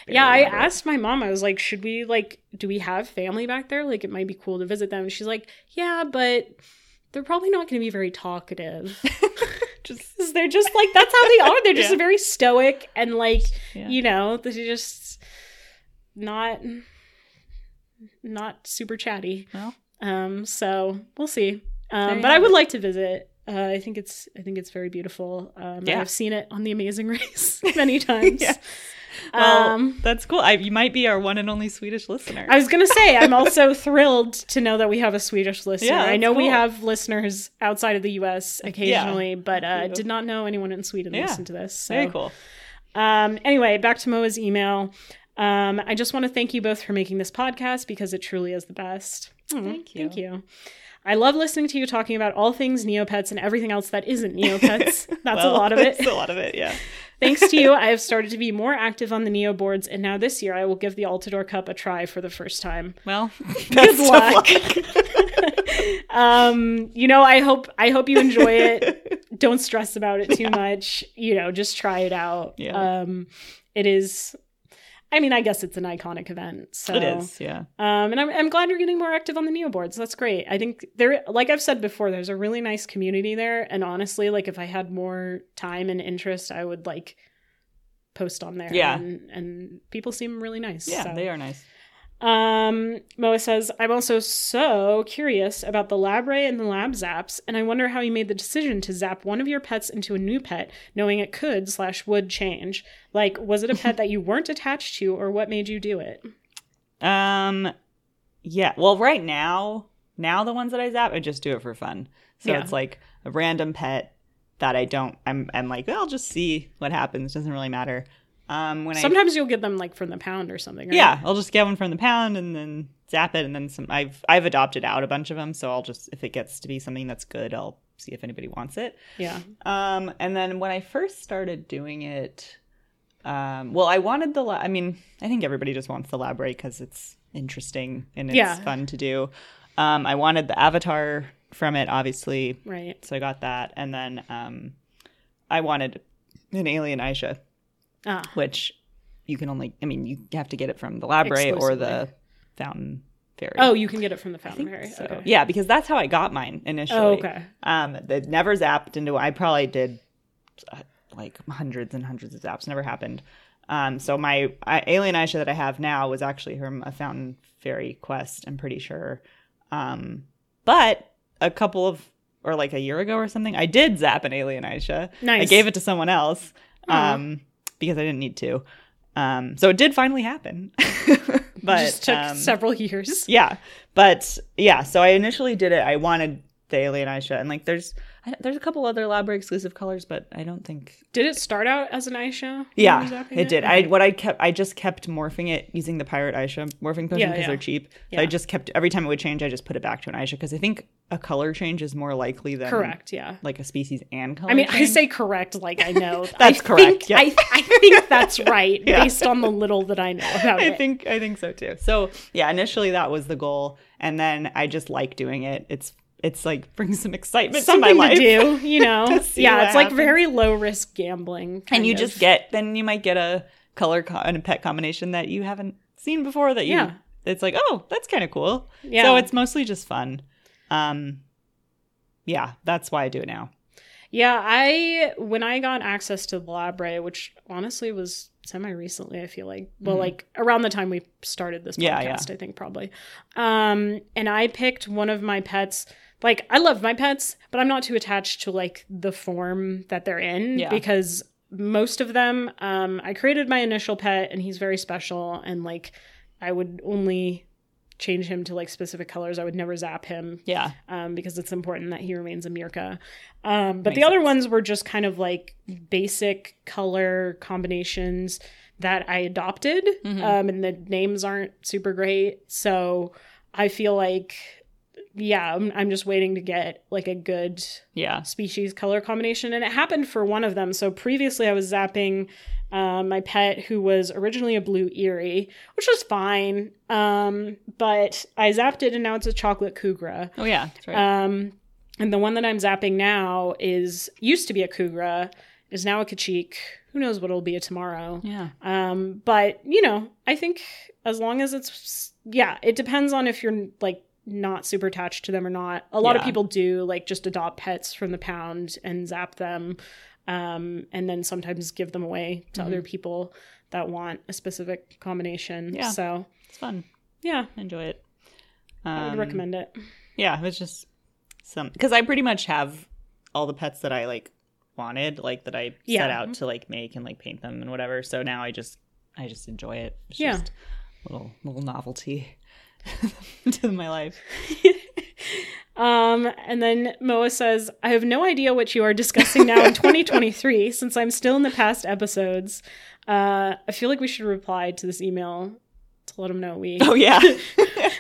B: barely
A: yeah i
B: remember it.
A: asked my mom i was like should we like do we have family back there like it might be cool to visit them she's like yeah but they're probably not going to be very talkative
B: Just
A: 'Cause they're just like that's how they are they're just
B: Yeah.
A: very stoic and like
B: yeah.
A: you know they're just not not super chatty
B: Well,
A: Um, so we'll see.
B: There
A: Um,
B: you
A: but I
B: have
A: would
B: it.
A: like to visit. Uh, I think it's I think it's very beautiful. Um,
B: Yeah.
A: I've seen it on The Amazing Race many times.
B: Yeah.
A: um,
B: that's cool. I, you might be our one and only Swedish listener.
A: I was gonna say I'm also thrilled to know that we have a Swedish listener.
B: Yeah,
A: I know
B: that's
A: we
B: cool.
A: have listeners outside of the U.S. occasionally, but uh,
B: Yeah.
A: did not know anyone in Sweden
B: Yeah.
A: listened to this. So.
B: Very cool.
A: Um, anyway, back to Moa's email. Um, I just want to thank you both for making this podcast because it truly is the best. Aw,
B: Thank you.
A: Thank you. I love listening to you talking about all things Neopets and everything else that isn't Neopets. That's
B: Well,
A: a lot of it.
B: That's a lot of it. Yeah.
A: Thanks to you, I have started to be more active on the Neo boards, and now this year I will give the Altador Cup a try for the first time.
B: Well, best of
A: luck.
B: luck.
A: Um, you know, I hope I hope you enjoy it. Don't stress about it too much. You know, just try it out.
B: Yeah.
A: Um, it is. I mean, I guess it's an iconic event. So
B: it is. Yeah.
A: Um, and I'm, I'm glad you're getting more active on the Neo boards. That's great. I think there, like I've said before, there's a really nice community there. And honestly, like if I had more time and interest, I would like post on there.
B: Yeah.
A: And, and people seem really nice.
B: Yeah.
A: so.
B: They are nice.
A: Um, Moa says, I'm also so curious about the lab ray and the lab zaps, and I wonder how you made the decision to zap one of your pets into a new pet, knowing it could slash would change. Like, was it a pet that you weren't attached to, or what made you do it?
B: Um, yeah. Well, right now, now the ones that I zap, I just do it for fun. So
A: Yeah.
B: it's like a random pet that I don't. I'm. I'm like, well, I'll just see what happens. Doesn't really matter. Um, when I
A: Sometimes you'll get them like from the pound or something, right?
B: yeah, I'll just get one from the pound and then zap it, and then some. I've I've adopted out a bunch of them, so I'll just if it gets to be something that's good, I'll see if anybody wants it.
A: Yeah.
B: Um, and then when I first started doing it, um, well, I wanted the. La- I mean, I think everybody just wants the lab because it's interesting and it's
A: Yeah.
B: fun to do. Um, I wanted the avatar from it, obviously,
A: Right.
B: so I got that, and then um, I wanted an alien Aisha,
A: Ah.
B: which you can only. I mean, you have to get it from the lab or the
A: Exclusively.
B: fountain fairy.
A: Oh, you can get it from the
B: I
A: fountain
B: think
A: berry.
B: so.
A: Okay.
B: Yeah, because that's how I got mine initially.
A: Oh, okay.
B: Um, that never zapped into. I probably did uh, like hundreds and hundreds of zaps. Never happened. Um, so my I, alien Aisha that I have now was actually from a Fountain Fairy quest. I'm pretty sure. Um, but a couple of or like a year ago or something, I did zap an alien Aisha. I
A: Nice.
B: gave it to someone else
A: Aw.
B: um, because I didn't need to. Um, so it did finally happen. but
A: just took
B: um,
A: several years.
B: yeah, but yeah. So I initially did it. I wanted the alien Aisha, and like there's I, there's a couple other Labra exclusive colors, but I don't think.
A: Did it start out as an Aisha? when you were
B: Yeah,
A: zapping
B: it did. I what I kept I just kept morphing it using the pirate Aisha morphing potion because
A: Yeah, yeah.
B: they're cheap. So
A: Yeah.
B: I just kept every time it would change, I just put it back to an Aisha because I think a color change is more likely than
A: Correct. Yeah.
B: like a species and color.
A: I mean, I
B: change.
A: say correct like I know.
B: That's
A: I
B: correct,
A: Think,
B: yeah.
A: I, I think that's right
B: Yeah.
A: based on the little that I know about
B: I
A: it.
B: think I think so too. So yeah, initially that was the goal, and then I just like doing it. It's it's like brings some excitement
A: Something
B: to my
A: to
B: life.
A: do, you know?
B: To see
A: yeah,
B: what
A: it's like
B: happens.
A: very low risk gambling.
B: and
A: kind
B: you
A: of.
B: just get then you might get a color co- and a pet combination that you haven't seen before that you
A: Yeah.
B: it's like oh that's kind of cool
A: yeah.
B: so it's mostly just fun um yeah that's why i do it now
A: Yeah, I when I got access to the Labre, which honestly was semi recently, I feel like. Well,
B: Mhm.
A: like around the time we started this podcast,
B: Yeah, yeah.
A: I think probably. Um, and I picked one of my pets. Like I love my pets, but I'm not too attached to like the form that they're in
B: Yeah.
A: because most of them, um, I created my initial pet and he's very special and like I would only change him to like specific colors. I would never zap him
B: yeah
A: um, because it's important that he remains a Mirka. Um, but
B: Makes
A: the other
B: sense.
A: ones were just kind of like basic color combinations that I adopted,
B: Mhm.
A: um, and the names aren't super great. So I feel like yeah, I'm, I'm just waiting to get like a good
B: Yeah.
A: species color combination and it happened for one of them so previously i was zapping uh, my pet who was originally a blue eerie which was fine um, but i zapped it and now it's a chocolate cougra
B: Oh yeah. That's right.
A: um, and the one that i'm zapping now is used to be a cougra is now a kachik who knows what it'll be tomorrow
B: yeah.
A: um, but you know, I think as long as it's yeah, it depends on if you're like not super attached to them or not. A lot of
B: Yeah.
A: people do like just adopt pets from the pound and zap them, um, and then sometimes give them away to
B: Mhm.
A: other people that want a specific combination.
B: Yeah.
A: So
B: It's fun.
A: yeah,
B: Enjoy it.
A: I would
B: Um,
A: recommend it.
B: Yeah, it was just some because I pretty much have all the pets that I like wanted, like that I
A: Yeah. Mm-hmm.
B: set out to like make and like paint them and whatever. So now I just I just enjoy it. It's
A: Yeah.
B: just a little little novelty to my life.
A: Um, and then Moa says, I have no idea what you are discussing now in 2023, since I'm still in the past episodes. Uh, I feel like we should reply to this email to let them know we.
B: Oh yeah.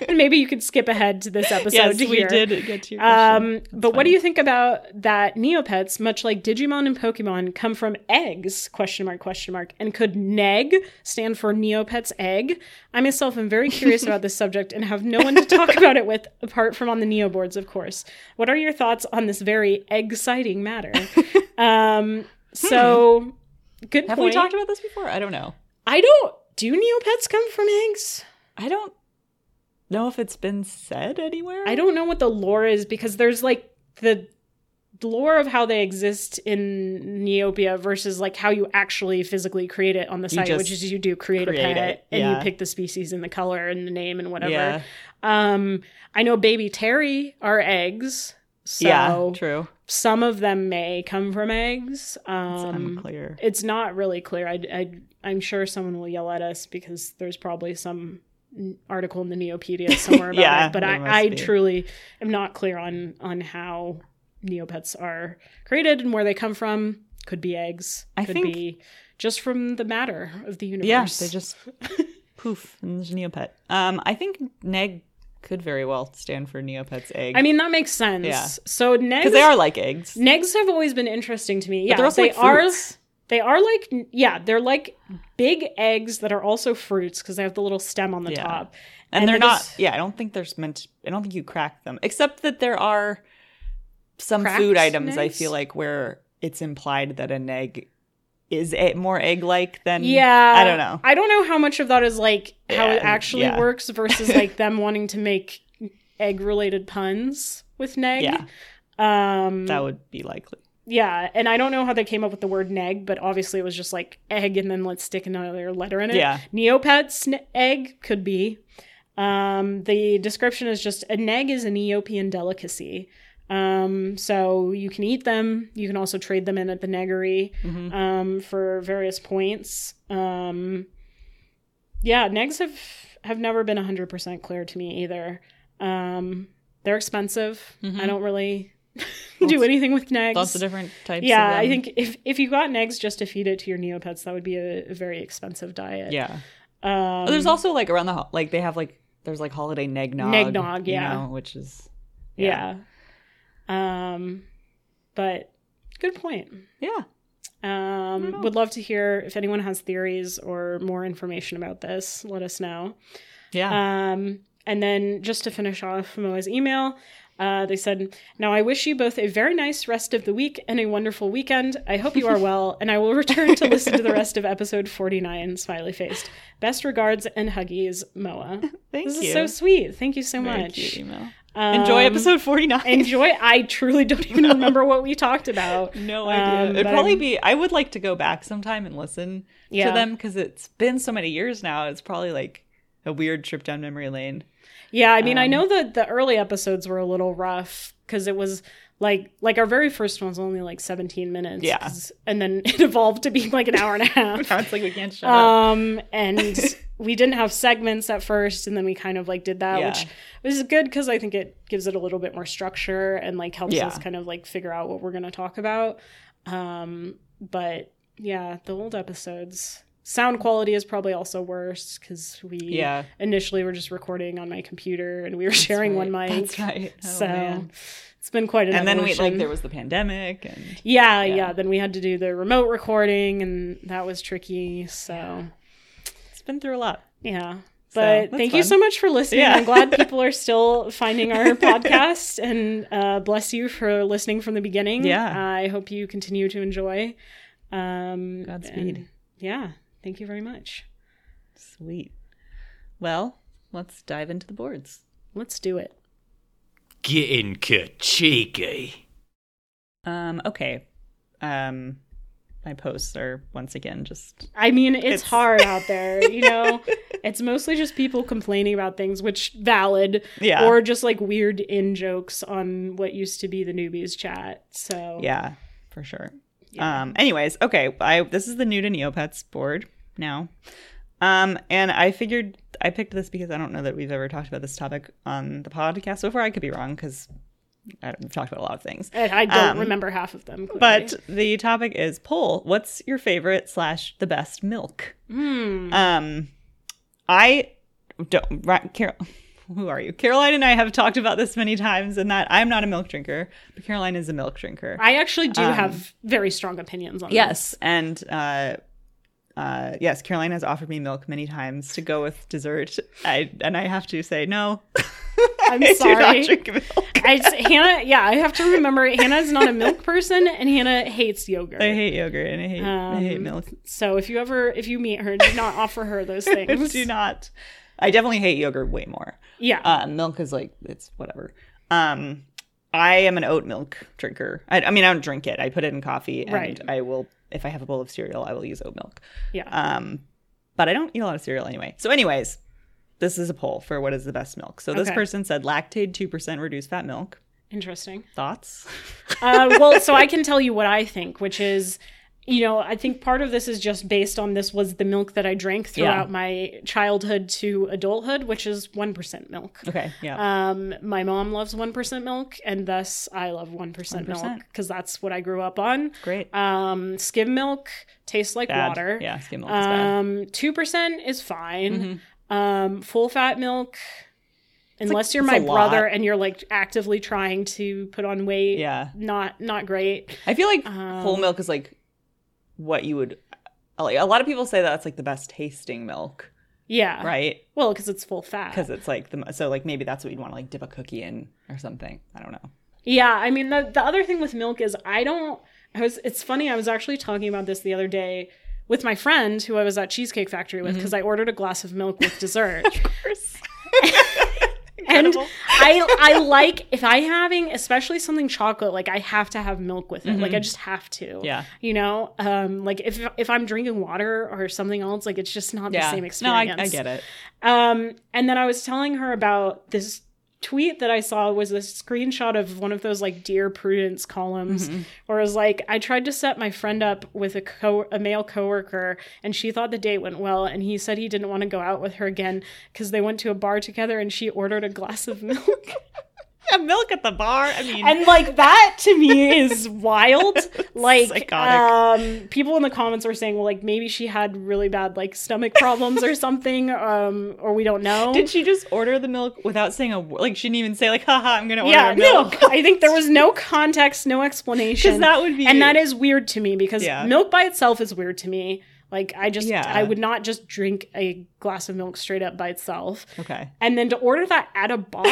A: And maybe you could skip ahead to this episode.
B: yes, we
A: here.
B: did get to your question.
A: Um, but what
B: funny.
A: do you think about that Neopets, much like Digimon and Pokemon, come from eggs? Question mark, question mark. And could NEG stand for Neopets egg? I myself am very curious about this subject and have no one to talk about it with apart from on the Neo boards, of course. What are your thoughts on this very exciting matter? um, so good
B: Hmm. Have
A: point.
B: we talked about this before? I don't know.
A: I don't do Neopets come from eggs?
B: I don't know if it's been said anywhere.
A: I don't know what the lore is because there's like the lore of how they exist in Neopia versus like how you actually physically create it on the
B: You
A: site,
B: just
A: which is you do create, a
B: create
A: pet
B: it,
A: and
B: yeah.
A: you pick the species and the color and the name and whatever.
B: Yeah.
A: Um, I know baby Terry are eggs, so
B: yeah. True.
A: some of them may come from eggs.
B: It's
A: Um,
B: unclear.
A: it's not really clear. I, I, I'm sure someone will yell at us because there's probably some n- article in the Neopedia somewhere about
B: Yeah,
A: it. But
B: there must
A: I, I
B: be.
A: truly am not clear on on how Neopets are created and where they come from. Could be eggs.
B: I
A: could
B: think-
A: be just from the matter of the universe.
B: Yeah, they just poof, and there's a Neopet. Um, I think Neg could very well stand for Neopet's egg.
A: I mean, that makes sense.
B: Yeah.
A: So negs,
B: because they are like eggs.
A: negs have always been interesting to me. Yeah,
B: they're also
A: they
B: like
A: are.
B: fruits.
A: They are like yeah, they're like big eggs that are also fruits because they have the little stem on the
B: Yeah.
A: top.
B: and,
A: and
B: they're
A: they
B: not.
A: just-
B: yeah, I don't think there's meant. I don't think you crack them, except that there are some
A: Cracked
B: food items I
A: eggs?
B: feel like where it's implied that an egg is a, more egg-like than.
A: Yeah.
B: I don't know.
A: I don't know how much of that is like how
B: Yeah,
A: it actually
B: yeah.
A: works versus like them wanting to make egg related puns with neg.
B: Yeah,
A: Um
B: that would be likely.
A: yeah, and I don't know how they came up with the word neg, but obviously it was just like egg and then let's stick another letter in it.
B: Yeah,
A: Neopets n- egg could be. Um, the description is just a neg is an Ethiopian delicacy. Um, so you can eat them. You can also trade them in at the neggery
B: Mhm.
A: um, for various points. Um, yeah, negs have have never been hundred percent clear to me either. Um, they're expensive.
B: Mhm.
A: I don't really do
B: Lots-
A: anything with negs.
B: lots of different types. of
A: yeah, I
B: them.
A: think if if you got negs just to feed it to your neopets, that would be a, a very expensive diet.
B: Yeah,
A: Um,
B: Oh, there's also like around the ho- like they have like there's like holiday neg nog
A: Neg nog,
B: you
A: yeah.
B: know, which is
A: yeah. Um, but good point.
B: Yeah. don't know.
A: Um, would love to hear if anyone has theories or more information about this. Let us know.
B: Yeah.
A: Um, and then just to finish off Moa's email, uh, they said, Now I wish you both a very nice rest of the week and a wonderful weekend. I hope you are well, and I will return to listen to the rest of episode 49, smiley faced. Best regards and huggies, Moa.
B: Thank
A: this
B: you.
A: is so sweet. Thank you so
B: Very
A: much.
B: cute email. Enjoy
A: Um,
B: episode 49.
A: Enjoy. I truly don't even remember what we talked about.
B: no idea.
A: um,
B: It'd
A: but
B: probably
A: I'm-
B: be I would like to go back sometime and listen
A: Yeah.
B: to them cuz it's been so many years now. It's probably like a weird trip down memory lane.
A: Yeah, I mean, I
B: Um,
A: know that the early episodes were a little rough because it was like like our very first one was only like 17 minutes.
B: Yeah.
A: 'cause- and then it evolved to be like an hour and a half.
B: Now it's like we can't shut up.
A: um, and we didn't have segments at first, and then we kind of like did that,
B: Yeah.
A: which was good because I think it gives it a little bit more structure and like helps
B: Yeah.
A: us kind of like figure out what we're gonna talk about. Um, but yeah, the old episodes. Sound quality is probably also worse because we
B: Yeah.
A: initially were just recording on my computer and we were sharing one mic.
B: That's right. Oh,
A: So
B: man.
A: it's been quite an
B: and then we like
A: evolution.
B: there was the pandemic and
A: yeah,
B: yeah.
A: yeah, Then we had to do the remote recording, and that was tricky. So
B: it's been through a lot.
A: yeah.
B: So,
A: But
B: that's
A: thank you
B: fun.
A: so much for listening.
B: Yeah.
A: I'm glad people are still finding our podcast, and uh, bless you for listening from the beginning.
B: Yeah.
A: I hope you continue to enjoy. Um,
B: Godspeed.
A: and Yeah, thank you very much.
B: Sweet. Well, let's dive into the boards.
A: Let's do it.
C: Getting kachiki.
B: Um, okay. Um, my posts are once again just
A: I mean, it's,
B: It's-
A: hard out there, you know. it's mostly just people complaining about things, which valid,
B: yeah,
A: or just like weird in jokes on what used to be the newbies chat. So
B: yeah, for sure.
A: Oh. yeah.
B: Um, anyways, okay. I this is the new to Neopets board now. Um, and I figured I picked this because I don't know that we've ever talked about this topic on the podcast so far. I could be wrong because we've talked about a lot of things.
A: And I don't
B: um,
A: remember half of them, clearly.
B: But the topic is poll. What's your favorite slash the best milk?
A: Hmm.
B: Um, I don't. Ra- Carol, who are you? Caroline and I have talked about this many times, and that I'm not a milk drinker, but Caroline is a milk drinker.
A: I actually do
B: um,
A: have very strong opinions on
B: yes, and uh, uh, yes, Caroline has offered me milk many times to go with dessert. I and I have to say no.
A: I'm
B: I do
A: sorry.
B: not drink milk.
A: this. I just, Hannah, yeah, I have to remember Hannah's not a milk person, and Hannah hates yogurt.
B: I hate yogurt and I hate I hate
A: Um,
B: milk.
A: So if you ever if you meet her, do not offer her those things.
B: do not. I definitely hate yogurt way more.
A: Yeah.
B: uh, milk is like it's whatever. Um, I am an oat milk drinker. I, I mean, I don't drink it. I put it in coffee, and
A: Right.
B: I will if I have a bowl of cereal, I will use oat milk.
A: yeah.
B: Um, but I don't eat a lot of cereal anyway. So, anyways, this is a poll for what is the best milk. So this
A: Okay.
B: person said lactate two percent reduced fat milk.
A: Interesting.
B: Thoughts?
A: uh, well, so I can tell you what I think, which is, you know, I think part of this is just based on this was the milk that I drank throughout my childhood to adulthood, which is 1% milk.
B: Okay, yeah,
A: Um, my mom loves 1% milk, and thus I love 1%, 1%.
B: 1%.
A: milk because that's what I grew up on.
B: great.
A: Um, skim milk tastes like
B: Bad.
A: water.
B: Yeah, skim milk is bad. Mm-hmm.
A: Um, 2% is fine. Um, full fat milk. Unless you're
B: it's
A: my
B: a lot.
A: brother and you're like actively trying to put on weight,
B: Yeah,
A: not not great.
B: I feel like whole
A: um,
B: milk is like what you would. Like, a lot of people say that's like the best tasting milk,
A: Yeah.
B: right?
A: Well, because it's full fat.
B: because it's like the so like maybe that's what you'd want to like dip a cookie in or something. I don't know.
A: Yeah, I mean the the other thing with milk is I don't. I was. It's funny. I was actually talking about this the other day with my friend who I was at Cheesecake Factory
B: Mm-hmm.
A: with because I ordered a glass of milk with dessert. and
B: Incredible.
A: I I like if I having especially something chocolate like I have to have milk with it. Like I just have to.
B: Mm-hmm. Yeah.
A: You know, um, like if if I'm drinking water or something else, like it's just not the same
B: no, I,
A: experience.
B: I get it.
A: Um, and then I was telling her about this tweet that I saw was a screenshot of one of those like Dear Prudence columns
B: Mm-hmm.
A: where it was like, I tried to set my friend up with a co a male coworker and she thought the date went well and he said he didn't want to go out with her again because they went to a bar together and she ordered a glass of milk.
B: Yeah, milk at the bar. I mean,
A: and like that to me is wild. Like
B: Psychotic.
A: um people in the comments were saying, well, like maybe she had really bad like stomach problems or something, um, or we don't know.
B: did she just order the milk without saying a word? Like she didn't even say like, haha, I'm gonna order
A: yeah,
B: milk.
A: no. I think there was no context, no explanation.
B: 'Cause that would be-
A: and that is weird to me because
B: Yeah.
A: milk by itself is weird to me. Like I just,
B: Yeah.
A: I would not just drink a glass of milk straight up by itself.
B: Okay.
A: And then to order that at a bar,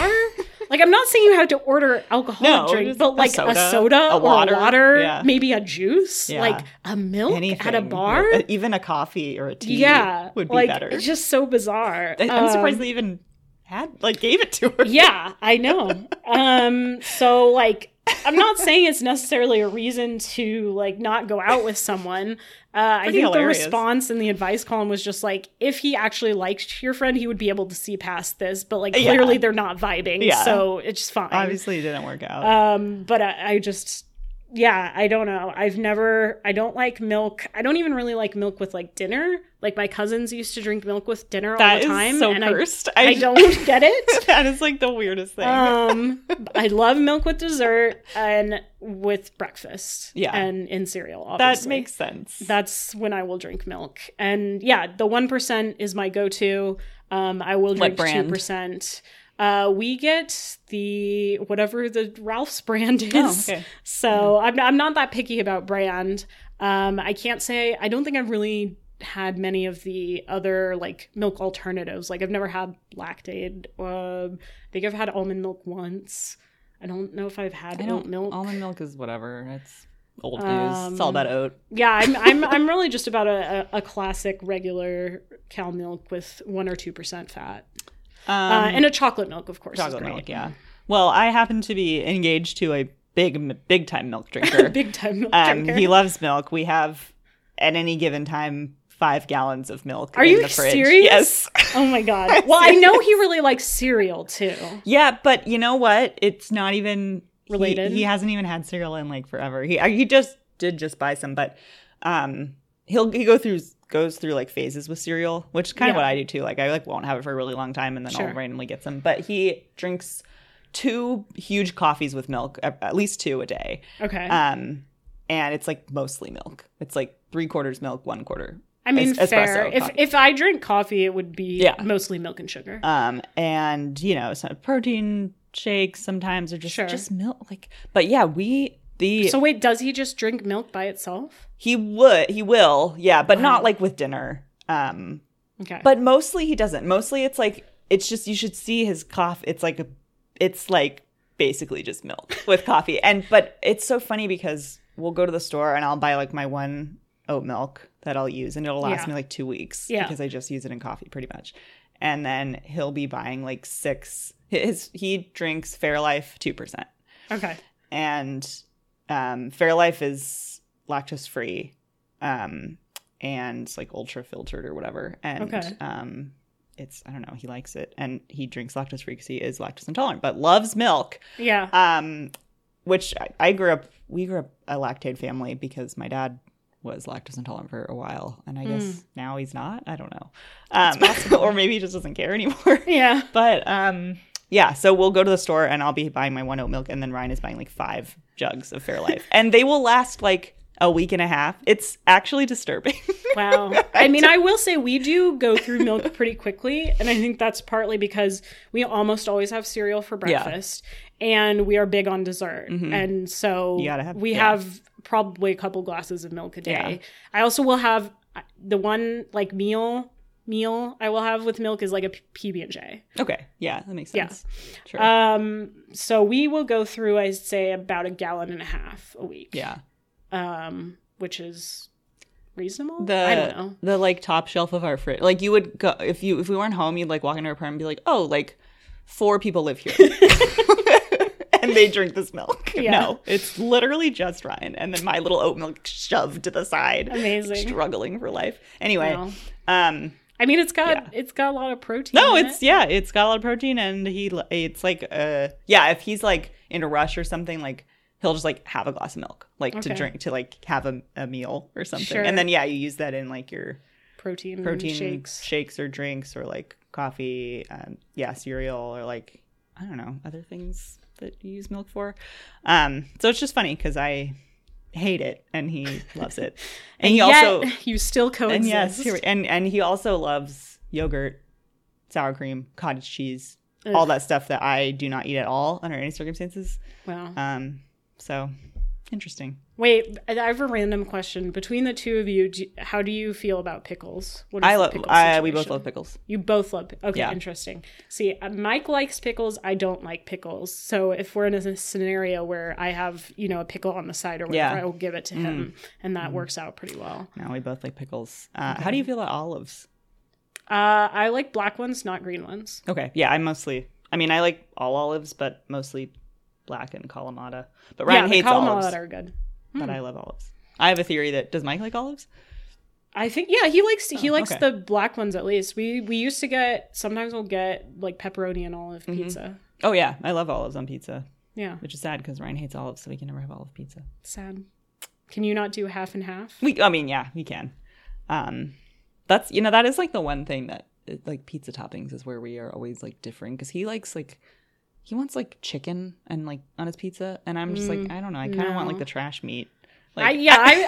A: like I'm not saying you have to order alcohol
B: No,
A: drink,
B: just
A: but
B: a
A: like a soda,
B: soda, a
A: or
B: water,
A: water,
B: yeah.
A: maybe a juice,
B: Yeah.
A: like a milk
B: Anything
A: at a bar.
B: Uh, even a coffee or a tea,
A: yeah,
B: would be
A: like,
B: better.
A: It's just so bizarre.
B: I- I'm surprised
A: Um,
B: they even had like gave it to her.
A: yeah, I know. Um, so like, I'm not saying it's necessarily a reason to like not go out with someone. Uh, I
B: Pretty
A: think
B: hilarious.
A: the response in the advice column was just like, if he actually liked your friend, he would be able to see past this. But like,
B: Yeah.
A: clearly they're not vibing,
B: Yeah.
A: so it's fine.
B: Uh, Obviously, it didn't work out.
A: Um, but I, I just yeah, I don't know. I've never, I don't like milk. I don't even really like milk with like dinner. Like my cousins used to drink milk with dinner all
B: That
A: the
B: is
A: time.
B: so
A: and I-
B: cursed. Uh,
A: I, don't get it.
B: that is like the weirdest thing.
A: Um, I love milk with dessert and with breakfast.
B: Yeah.
A: And in cereal,
B: that
A: obviously.
B: makes sense.
A: That's when I will drink milk. And yeah, the 1% is my go to. Um, I will drink
B: brand?
A: 2%. Uh, we get the whatever the Ralph's brand is.
B: Oh, okay.
A: So I'm, I'm not that picky about brand. Um, I can't say, I don't think I've really had many of the other like milk alternatives. Like I've never had Lactaid. Um I think I've had almond milk once. I don't know if I've had
B: I
A: oat
B: don't
A: milk.
B: Almond milk is whatever. It's old news.
A: Um,
B: It's all about oat.
A: Yeah, I'm I'm I'm really just about a, a, a classic regular cow milk with one or two percent fat,
B: Um,
A: uh, and a chocolate milk, of course. is
B: chocolate
A: great.
B: milk. Yeah. Well, I happen to be engaged to a big, big time milk drinker.
A: big time milk
B: um,
A: drinker.
B: he loves milk. We have at any given time five gallons of milk.
A: Are
B: in
A: you
B: the fridge.
A: serious?
B: Yes.
A: oh my god! Well, I know he really likes cereal too.
B: Yeah, but you know what? It's not even he-
A: Related?
B: He, hasn't even had cereal in like forever. He uh, he just did just buy some, but um, he'll he go through goes through like phases with cereal, which is kind of
A: Yeah.
B: what I do too. Like I like won't have it for a really long time, and then
A: Sure.
B: I'll randomly get some. But he drinks two huge coffees with milk, at at least two a day.
A: Okay,
B: Um, and it's like mostly milk. It's like three quarters milk, one quarter.
A: I mean
B: es- espresso
A: fair. If
B: coffee.
A: if I drink coffee, it would be
B: Yeah.
A: mostly milk and sugar.
B: um and you know some protein shakes sometimes or just
A: Sure.
B: just milk like but yeah we the
A: so wait, does he just drink milk by itself?
B: he would he will yeah but
A: Wow.
B: not like with dinner um
A: Okay,
B: but mostly he doesn't mostly it's like it's just you should see his cough it's like a it's like basically just milk with coffee and but it's so funny because we'll go to the store and i'll buy like my one oat milk that i'll use and it'll last
A: Yeah.
B: me like two weeks
A: Yeah.
B: because i just use it in coffee pretty much and then he'll be buying like six his he drinks fairlife 2%
A: okay,
B: and um, Fairlife is lactose free um, and like ultra filtered or whatever. And
A: Okay.
B: um, it's I don't know he likes it and he drinks lactose free because he is lactose intolerant, but loves milk.
A: yeah,
B: Um, which I, I grew up we grew up a lactate family because my dad was lactose intolerant for a while and I guess now he's not. I don't know, um, or maybe he just doesn't care anymore.
A: yeah.
B: But um yeah, so we'll go to the store and I'll be buying my one oat milk and then Ryan is buying like five jugs of Fairlife. and they will last like a week and a half. It's actually disturbing.
A: Wow. I mean, I will say we do go through milk pretty quickly. And I think that's partly because we almost always have cereal for
B: Yeah. Mm-hmm.
A: breakfast and we are big on dessert. And so
B: You gotta have-
A: we
B: yeah.
A: have probably a couple glasses of milk a day.
B: Yeah.
A: I also will have uh, the one like meal meal I will have with milk is like a P- PB&J.
B: okay. Yeah, that makes
A: Yeah.
B: sense. Sure.
A: Um so we will go through I'd say about a gallon and a half a week.
B: yeah.
A: Um which is reasonable.
B: The
A: I don't know.
B: the like top shelf of our fridge. Like you would go if you if we weren't home, you'd like walk into our apartment and be like, "Oh, like four people live here." and they drink this milk.
A: Yeah.
B: No, it's literally just Ryan and then my little oat milk shoved to the side.
A: Amazing.
B: Struggling for life. Anyway,
A: Well.
B: um
A: I mean, it's got it's got a lot of protein.
B: No,
A: in
B: it's
A: it.
B: yeah, it's got a lot of protein, and he l- it's like uh yeah, if he's like in a rush or something, like he'll just like have a glass of milk, like
A: Okay.
B: to drink to like have a, a meal or something,
A: Sure.
B: and then yeah, you use that in like your
A: protein
B: protein
A: shakes.
B: shakes, or drinks or like coffee, um, yeah, cereal or like I don't know other things that you use milk for. Um, so it's just funny because I hate it and he loves it, and, he
A: Yet,
B: also
A: you still coexist.
B: and yes, here we- and and he also loves yogurt, sour cream, cottage cheese, all
A: Ugh.
B: that stuff that I do not eat at all under any circumstances.
A: Wow.
B: Um, so interesting.
A: Wait, I I have a random question. Between the two of you, do, how do you feel about pickles? What is
B: I
A: the
B: love.
A: pickle
B: I we both
A: situation?
B: love pickles.
A: You both love. Okay,
B: Yeah.
A: interesting. See, uh, Mike likes pickles. I don't like pickles. So if we're in a scenario where I have, you know, a pickle on the side or whatever,
B: Yeah. Mm.
A: I will give it to him, and that works out pretty well.
B: No, we both like pickles. Uh, How do you feel about olives?
A: Uh, I like black ones, not green ones.
B: Okay, yeah, I mostly. I mean, I like all olives, but mostly black and Kalamata. But Ryan
A: yeah,
B: hates
A: the
B: olives,
A: Kalamata are Hmm. good.
B: but I love olives. I have a theory that does Mike like olives?
A: I think yeah, he likes he likes
B: okay.
A: the black ones at least. We we used to get sometimes we'll get like pepperoni and olive pizza.
B: Oh yeah, I love olives on pizza.
A: Yeah.
B: which is sad because Ryan hates olives, so we can never have olive pizza.
A: Sad. Can you not do half and half?
B: We, I mean, yeah, we can. Um, that's you know that is like the one thing that like pizza toppings is where we are always like differing because he likes like he wants like chicken and like on his pizza, and I'm just like I don't know, I kind of want
A: Mm, no.
B: like the trash meat.
A: I, yeah, I,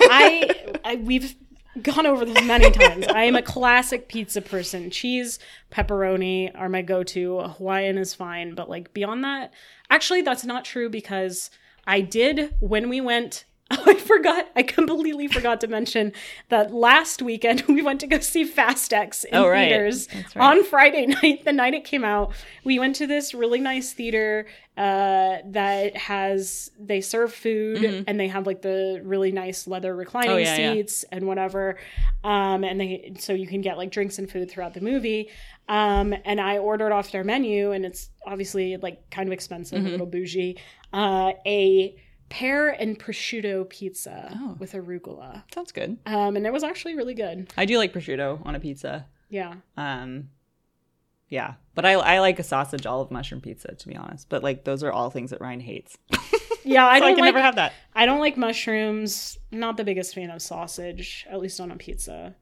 A: I, I, we've gone over this many times. I am a classic pizza person. Cheese, pepperoni are my go-to. A Hawaiian is fine, but like beyond that, actually, that's not true because I did when we went. I forgot. I completely forgot to mention that last weekend we went to go see Fast X in
B: Oh, right.
A: theaters
B: That's right.
A: on Friday night, the night it came out, we went to this really nice theater uh, that has they serve food and they have like the really nice leather reclining
B: Mm-hmm. Oh, yeah, yeah.
A: seats and whatever, um, and they so you can get like drinks and food throughout the movie. Um, and I ordered off their menu, and it's obviously like kind of expensive,
B: Mm-hmm.
A: a little bougie, uh, a pear and prosciutto pizza
B: Oh.
A: with arugula.
B: Sounds good.
A: Um, and it was actually really good.
B: I do like prosciutto on a pizza.
A: Yeah.
B: Um, yeah, but I I like a sausage olive mushroom pizza to be honest. But like those are all things that Ryan hates.
A: Yeah, I
B: I,
A: don't
B: I can
A: like
B: never have that.
A: I don't like mushrooms. Not the biggest fan of sausage, at least not on pizza.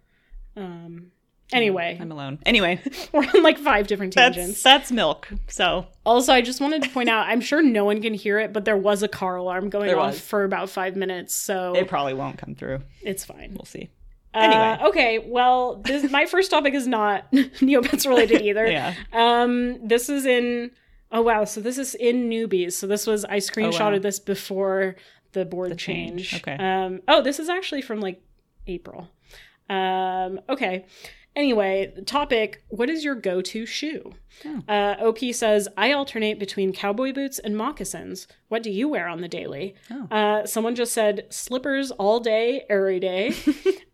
A: Um, anyway,
B: I'm alone. Anyway,
A: we're on like five different
B: that's
A: tangents.
B: that's milk. So
A: Also, I just wanted to point out, I'm sure no one can hear it, but there was a car alarm going
B: There
A: off
B: was.
A: for about five minutes, so
B: it probably won't come through.
A: it's fine.
B: We'll see.
A: Uh,
B: anyway.
A: okay, well, this, my first topic is not Neopets related either.
B: Yeah.
A: Um, this is in. Oh wow! So this is in newbies. So this was I screenshotted
B: Oh, wow.
A: this before the board change.
B: change. Okay.
A: Um. Oh, this is actually from like April. Um. Okay. Anyway, topic: What is your go-to shoe?
B: Oh.
A: Uh, Op says I alternate between cowboy boots and moccasins. What do you wear on the daily?
B: Oh.
A: Uh, someone just said slippers all day, every day.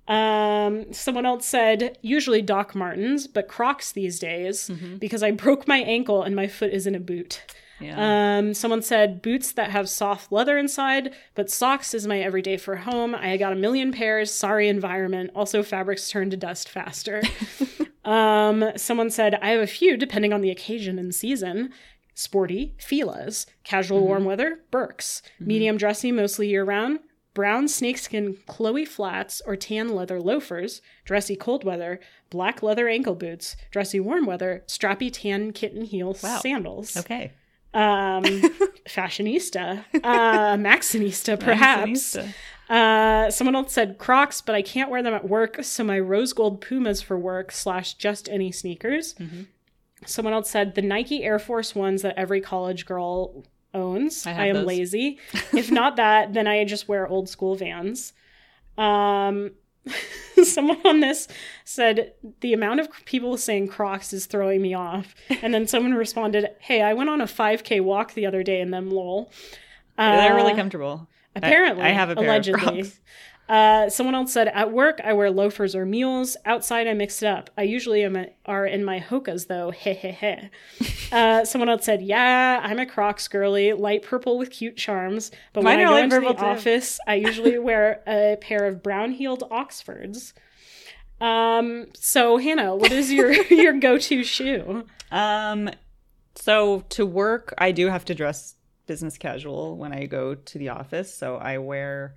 A: Um, someone else said usually Doc Martens, but Crocs these days
B: Mm-hmm.
A: because I broke my ankle and my foot is in a boot.
B: Yeah.
A: Um, someone said boots that have soft leather inside, but socks is my everyday for home. I got a million pairs. Sorry, environment. Also, fabrics turn to dust faster. um, someone said I have a few depending on the occasion and season. Sporty, Fila's. Casual
B: Mm-hmm.
A: warm weather, Burks. Medium dressy, mostly year round. Brown snakeskin Chloe flats or tan leather loafers, dressy cold weather, black leather ankle boots, dressy warm weather, strappy tan kitten heel
B: Wow.
A: sandals
B: okay.
A: um, fashionista, uh, maximista, perhaps. Uh, someone else said Crocs, but I can't wear them at work, so my rose gold Pumas for work slash just any sneakers.
B: Mhm.
A: Someone else said the Nike Air Force ones that every college girl owns.
B: I
A: I,
B: have
A: am
B: those.
A: lazy. if not that, then I just wear old school Vans. Um, someone on this said the amount of people saying Crocs is throwing me off, and then someone responded, "Hey, I went on a 5K walk the other day in them, lol." Uh,
B: They're really comfortable.
A: Apparently,
B: I have a pair of
A: allegedly.
B: Crocs.
A: Uh, someone else said, "At work, I wear loafers or mules. Outside, I mix it up. I usually am are in my hokas though. Heh heh heh." Uh, someone else said, "Yeah, I'm a Crocs girly, light purple with cute charms. But
B: Mine
A: when
B: are
A: I go
B: light
A: into the
B: purple, too."
A: office, I usually wear a pair of brown heeled Oxfords." Um. So Hannah, what is your your go to shoe?
B: Um, so to work, I do have to dress business casual when I go to the office. So I wear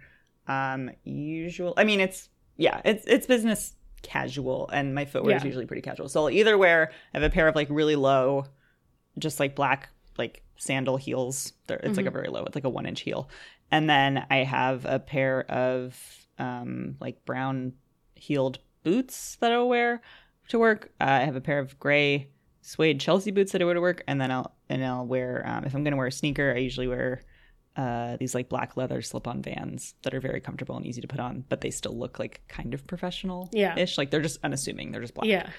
B: um usual. I mean, it's yeah, it's it's business casual, and my footwear is
A: Yeah.
B: usually pretty casual. So I'll either wear I have a pair of like really low, just like black like sandal heels. They're, it's like a very low. It's like a one inch heel, and then I have a pair of um like brown heeled boots that I'll wear to work. Uh, I have a pair of gray suede Chelsea boots that I wear to work, and then I'll and I'll wear um, if I'm gonna wear a sneaker, I usually wear uh, these like black leather slip-on Vans that are very comfortable and easy to put on, but they still look like kind of professional,
A: Yeah.
B: ish. Like they're just unassuming. They're just black.
A: Yeah.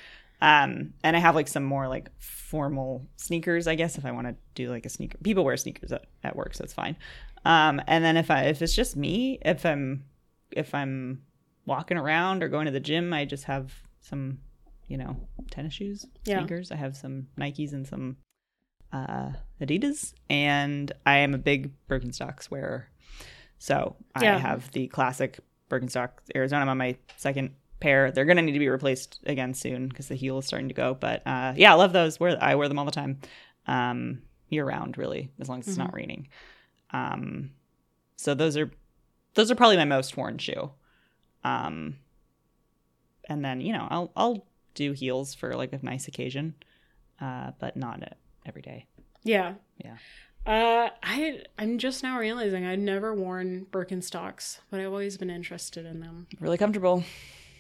B: Um, and I have like some more like formal sneakers, I guess, if I want to do like a sneaker. People wear sneakers at, at work, so it's fine. Um, and then if I if it's just me, if I'm if I'm walking around or going to the gym, I just have some, you know, tennis shoes,
A: Yeah.
B: sneakers. I have some Nikes and some uh Adidas, and I am a big Birkenstocks wearer. So I
A: Yeah.
B: have the classic Birkenstock Arizona I'm on my second pair. They're gonna need to be replaced again soon because the heel is starting to go. But uh, yeah, I love those. Wear I wear them all the time. Um, year round, really, as long as
A: Mm-hmm.
B: it's not raining. Um, so those are those are probably my most worn shoe. Um, and then you know I'll I'll do heels for like a nice occasion, uh, but not uh, every day.
A: Yeah.
B: Yeah.
A: Uh, I I'm just now realizing I've never worn Birkenstocks, but I've always been interested in them.
B: Really comfortable.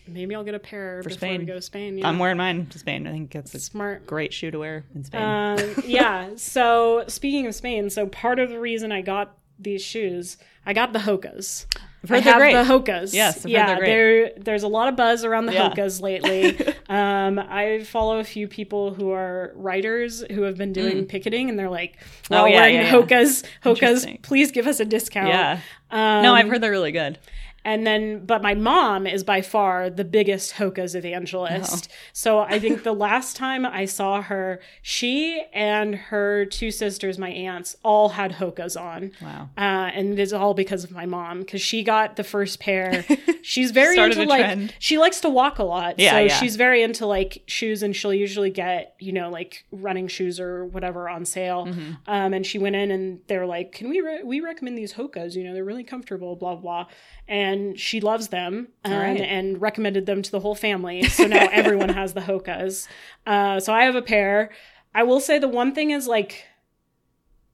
A: Maybe I'll get a pair
B: For
A: before we
B: Spain.
A: go to Spain. Yeah.
B: I'm wearing mine to Spain. I think that's a
A: Smart.
B: great shoe to wear in Spain.
A: Um, yeah. So speaking of Spain, so part of the reason I got these shoes, I got the Hokas.
B: I've heard
A: I
B: they're
A: have
B: great.
A: the Hokas.
B: Yes, I've heard
A: yeah.
B: they're great.
A: there- there's a lot of buzz around the
B: Yeah.
A: Hokas lately. um, I follow a few people who are writers who have been doing picketing, and they're like,
B: Hmm. Oh,
A: "Well,
B: yeah,
A: we're in
B: yeah, yeah.
A: Hokas.
B: Interesting.
A: Hokas, please give us a discount."
B: yeah.
A: Um,
B: no, I've heard they're really good.
A: and then, but my mom is by far the biggest Hoka's
B: Oh.
A: evangelist. So I think the last time I saw her, she and her two sisters, my aunts, all had Hoka's on.
B: Wow.
A: Uh, and it's all because of my mom because she got the first pair. She's very
B: Started
A: into
B: a
A: like
B: trend.
A: she likes to walk a lot,
B: Yeah,
A: so
B: yeah.
A: she's very into like shoes, and she'll usually get you know like running shoes or whatever on sale.
B: Mm-hmm.
A: Um, and she went in and they're like, "Can we re- we recommend these Hokas? You know, they're really comfortable." Blah blah, and she loves them um,
B: right.
A: and recommended them to the whole family. So now everyone has the Hokas. Uh, so I have a pair. I will say the one thing is like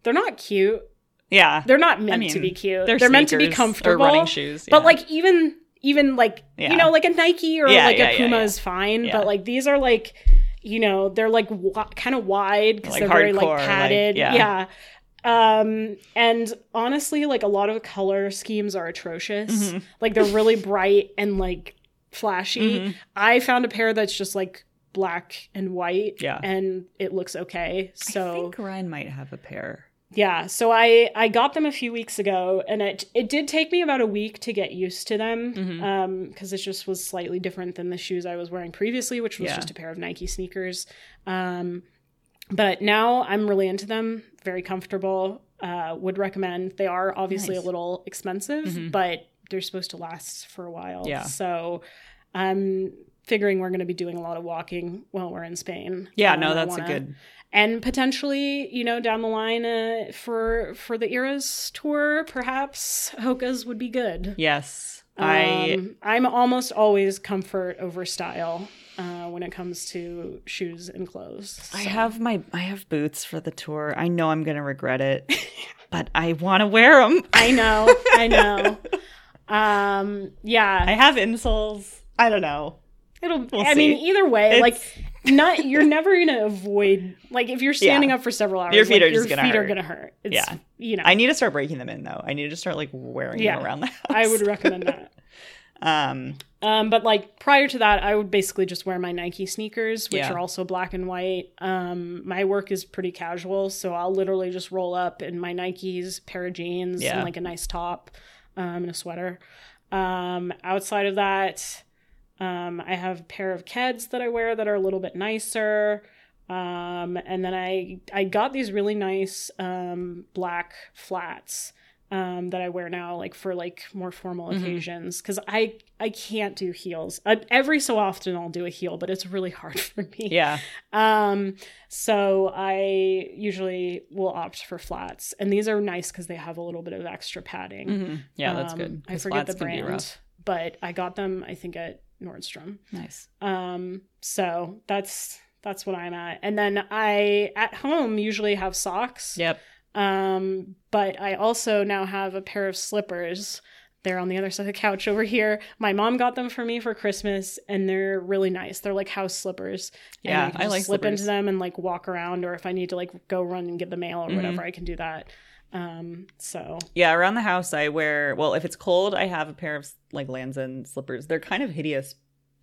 A: they're not cute.
B: Yeah.
A: They're not meant
B: I
A: to
B: mean,
A: be cute. They're, meant to be
B: sneakers
A: comfortable.
B: Or running shoes.
A: But
B: yeah.
A: like even even like
B: Yeah.
A: you know like a Nike or
B: Yeah,
A: like
B: yeah,
A: a
B: yeah,
A: Puma
B: yeah.
A: is fine.
B: Yeah.
A: But like these are like you know they're like w- kind of wide because
B: Like
A: they're very
B: hardcore,
A: like
B: like,
A: padded.
B: yeah.
A: yeah. Um and honestly like a lot of color schemes are atrocious.
B: Mhm.
A: Like they're really bright and like flashy.
B: Mhm.
A: I found a pair that's just like black and white
B: Yeah.
A: and it looks okay. So
B: I think Ryan might have a pair.
A: yeah, so I I got them a few weeks ago, and it it did take me about a week to get used to them, because
B: Mhm.
A: it just was slightly different than the shoes I was wearing previously, which was
B: Yeah.
A: just a pair of Nike sneakers. Um, but now I'm really into them. Very comfortable. Uh, would recommend. They are obviously
B: Nice.
A: a little expensive,
B: Mhm.
A: but they're supposed to last for a while.
B: Yeah.
A: So I'm figuring we're going to be doing a lot of walking while we're in Spain.
B: Yeah,
A: Um, I
B: no, that's
A: wanna-
B: a good.
A: and potentially you know down the line uh, for for the eras tour perhaps hokas would be good
B: Yes. I
A: Um, i'm almost always comfort over style uh, when it comes to shoes and clothes
B: I
A: So-
B: have my I have boots for the tour. I know I'm going to regret it, but I want to wear them.
A: i know i know um yeah
B: I have insoles. I don't know.
A: It'll.
B: We'll
A: I mean,
B: see.
A: either way,
B: It's-
A: like not you're never gonna avoid like if you're standing
B: Yeah.
A: up for several hours,
B: Your feet
A: like,
B: are just gonna
A: feet are
B: hurt.
A: gonna hurt. It's,
B: Yeah.
A: you know,
B: I need to start breaking them in though. I need to start like wearing
A: Yeah.
B: them around the house.
A: I would recommend that.
B: Um,
A: Um, but like prior to that, I would basically just wear my Nike sneakers, which
B: Yeah.
A: are also black and white. Um, my work is pretty casual, so I'll literally just roll up in my Nikes, pair of jeans,
B: Yeah.
A: and like a nice top, um, and a sweater. Um, outside of that, um, I have a pair of Keds that I wear that are a little bit nicer. Um, and then I I got these really nice um, black flats um, that I wear now, like for like more formal
B: Mhm.
A: occasions, because I I can't do heels. I, every so often I'll do a heel, but it's really hard for me.
B: yeah.
A: Um, so I usually will opt for flats, and these are nice because they have a little bit of extra padding.
B: Mhm. Yeah, that's
A: Um,
B: good.
A: I
B: Those
A: forget the
B: flats can be
A: brand,
B: rough.
A: but I got them I think at Nordstrom.
B: Nice.
A: Um, so that's that's what I'm at. And then I at home usually have socks.
B: Yep.
A: Um, but I also now have a pair of slippers. They're on the other side of the couch over here. My mom got them for me for Christmas, and they're really nice. They're like house slippers. And
B: Yeah,
A: can
B: I
A: just
B: like
A: slip
B: slippers.
A: into them and like walk around, or if I need to like go run and get the mail or
B: Mhm.
A: whatever, I can do that. Um, so
B: Yeah, around the house I wear well, if it's cold, I have a pair of like Lanzin slippers. They're kind of hideous.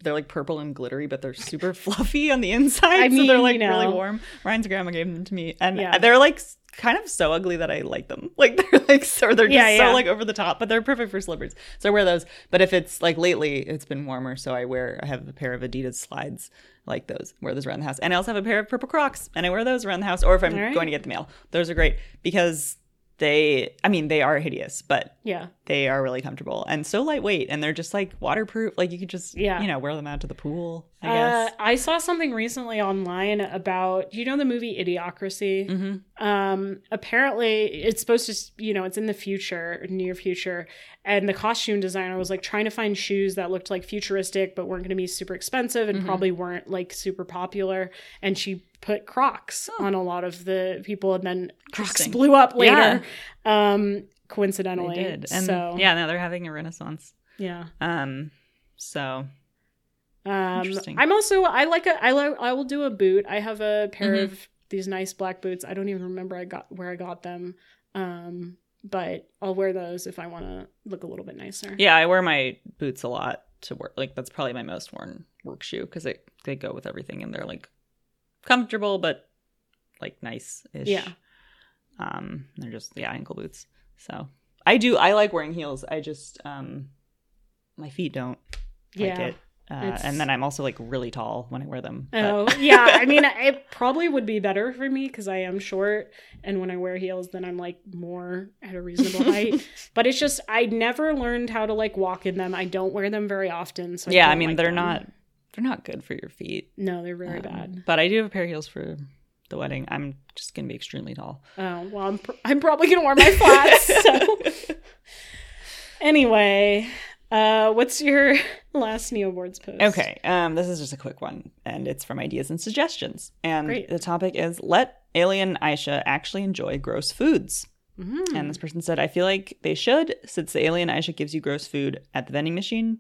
B: They're like purple and glittery, but they're super fluffy on the inside.
A: I
B: so they're
A: mean,
B: like
A: you know.
B: really warm. Ryan's grandma gave them to me. And
A: Yeah.
B: they're like s- kind of so ugly that I like them. Like they're like so they're just
A: Yeah, yeah.
B: so like over the top, but they're perfect for slippers. So I wear those. But if it's like lately it's been warmer, so I wear I have a pair of Adidas slides like those. Wear those around the house. And I also have a pair of purple crocs and I wear those around the house. Or if I'm
A: All right.
B: going to get the mail. Those are great because They, I mean, they are hideous, but
A: Yeah.
B: they are really comfortable and so lightweight, and they're just like waterproof. Like you could just,
A: Yeah.
B: you know, wear them out to the pool. I
A: Uh,
B: guess.
A: I saw something recently online about you know the movie Idiocracy.
B: hmm
A: Um, apparently, it's supposed to s- you know it's in the future, near future, and the costume designer was like trying to find shoes that looked like futuristic but weren't going to be super expensive and
B: Mhm.
A: probably weren't like super popular. And she put Crocs on a lot of the people, and then Crocs
B: Interesting.
A: blew up
B: Yeah.
A: later. Um, coincidentally,
B: They did, and
A: so
B: yeah, now they're having a renaissance.
A: yeah.
B: Um, so
A: Um,
B: Interesting.
A: I'm also I like a I like I will do a boot. I have a pair
B: Mhm.
A: of these nice black boots. I don't even remember I got where I got them. Um, but I'll wear those if I want to look a little bit nicer.
B: yeah, I wear my boots a lot to work. Like that's probably my most worn work shoe because they they go with everything, and they're like comfortable but like nice ish.
A: Yeah.
B: Um, they're just yeah ankle boots. So I do I like wearing heels. I just um, my feet don't
A: yeah.
B: like it. Uh,
A: It's-
B: and then I'm also like really tall when I wear them. but-
A: Oh, yeah. I mean, it probably would be better for me because I am short, and when I wear heels, then I'm like more at a reasonable height. But it's just I never learned how to like walk in them. I don't wear them very often. So I
B: yeah, I
A: don't
B: mean
A: like
B: they're
A: them.
B: not they're not good for your feet.
A: No, they're very
B: Um,
A: bad.
B: But I do have a pair of heels for the wedding. I'm just gonna be extremely tall.
A: Oh well, I'm pr- I'm probably gonna wear my flats. so anyway, uh, what's your last Neo Boards post?
B: Okay, um, this is just a quick one, and it's from ideas and suggestions. And
A: Great.
B: the topic is let alien Aisha actually enjoy gross foods.
A: Mhm.
B: And this person said, I feel like they should, since the alien Aisha gives you gross food at the vending machine.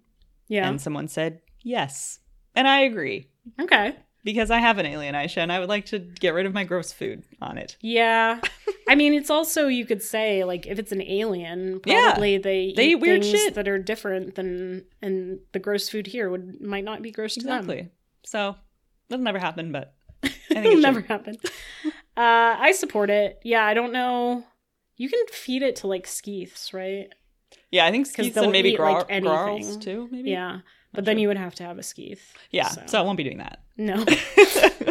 A: yeah,
B: And someone said, yes. And I agree,
A: okay,
B: because I have an alien Aisha, and I would like to get rid of my gross food on it.
A: yeah. I mean, it's also you could say like if it's an alien,
B: Yeah.
A: probably they
B: They
A: eat
B: eat weird
A: things
B: shit.
A: that are different than and the gross food here would might not be gross to them.
B: Exactly. So that'll never happen, but I think it
A: It'll
B: should.
A: never happen. Uh, I support it. Yeah, I don't know. You can feed it to like skeeths, right?
B: Yeah, I think
A: 'Cause
B: skeets
A: they'll
B: and maybe
A: eat,
B: gra-
A: like, anything.
B: growls too, maybe.
A: Yeah, but
B: Not
A: then
B: sure.
A: you would have to have a skeeth.
B: Yeah,
A: So-
B: so I won't be doing that.
A: No.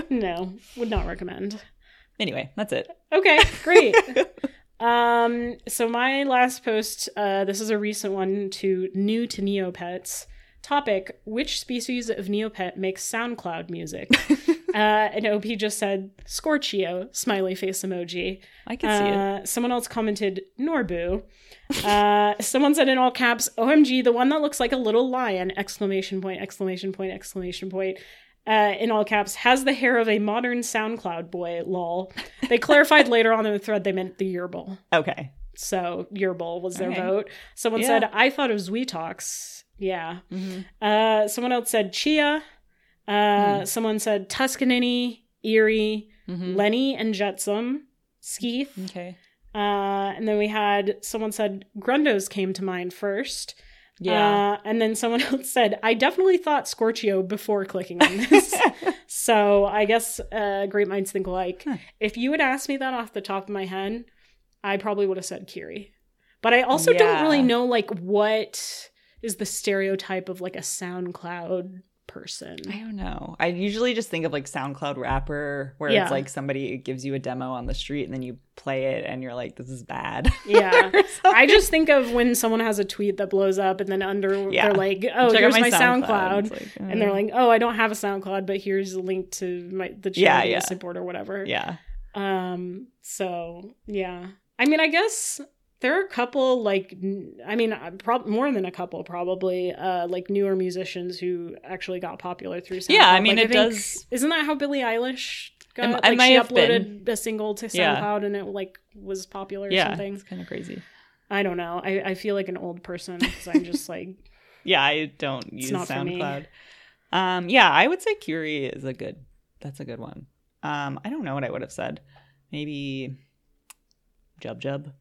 A: no, would not recommend.
B: anyway, that's it.
A: Okay, great. um, so my last post, uh, this is a recent one to new to Neopets. Topic: Which species of Neopet makes SoundCloud music? uh, and OP just said Scorchio, smiley face emoji.
B: I can see it.
A: Uh, someone else commented Norbu. Uh, someone said in all caps, "OMG, the one that looks like a little lion!" Exclamation point! Exclamation point! Exclamation point! Uh, in all caps, has the hair of a modern SoundCloud boy. Lol. They clarified later on in the thread they meant the yearbull.
B: Okay.
A: So yearbull was their
B: Okay.
A: vote. Someone
B: Yeah.
A: said, "I thought it was Weetox." Yeah.
B: Mm-hmm.
A: Uh, someone else said Chia.
B: Hmm.
A: Uh, Someone said Tuscanini, Erie, Lenny, and Jetsam. Skeeth.
B: Mm-hmm. Okay.
A: Uh, and then we had someone said Grundos came to mind first.
B: Yeah.
A: Uh, and then someone else said, I definitely thought Scorchio before clicking on this. so I guess uh, great minds think alike.
B: Huh.
A: If you had asked me that off the top of my head, I probably would have said Kiri. But I also don't
B: Yeah.
A: really know like what is the stereotype of like a SoundCloud person.
B: I don't know. I usually just think of like SoundCloud rapper, where
A: Yeah.
B: it's like somebody gives you a demo on the street and then you play it and you're like, this is bad.
A: Yeah.
B: Or something.
A: I just think of when someone has a tweet that blows up and then under
B: Yeah.
A: they're like, oh,
B: Check out
A: here's my, SoundCloud.
B: It's like,
A: and they're
B: uh,
A: like, "Oh, I don't have a SoundCloud, but here's a link to my the
B: Yeah,
A: charity
B: yeah.
A: I support or whatever."
B: yeah.
A: Um. So yeah, I mean, I guess there are a couple like, n- I mean, uh, prob- more than a couple probably, uh, like newer musicians who actually got popular through. SoundCloud.
B: Yeah, I mean,
A: Like,
B: it
A: think-
B: does-
A: Isn't that how Billie Eilish got?
B: It m-
A: like,
B: it
A: she
B: may have
A: uploaded a single to
B: Yeah.
A: SoundCloud and it like was popular or
B: Yeah.
A: something.
B: It's kind of crazy.
A: I don't know. I, I feel like an old person because I'm just like,
B: Yeah, I don't use
A: not for me.
B: SoundCloud. Um, yeah, I would say Curie is a good. That's a good one. Um, I don't know what I would have said. Maybe Jub Jub.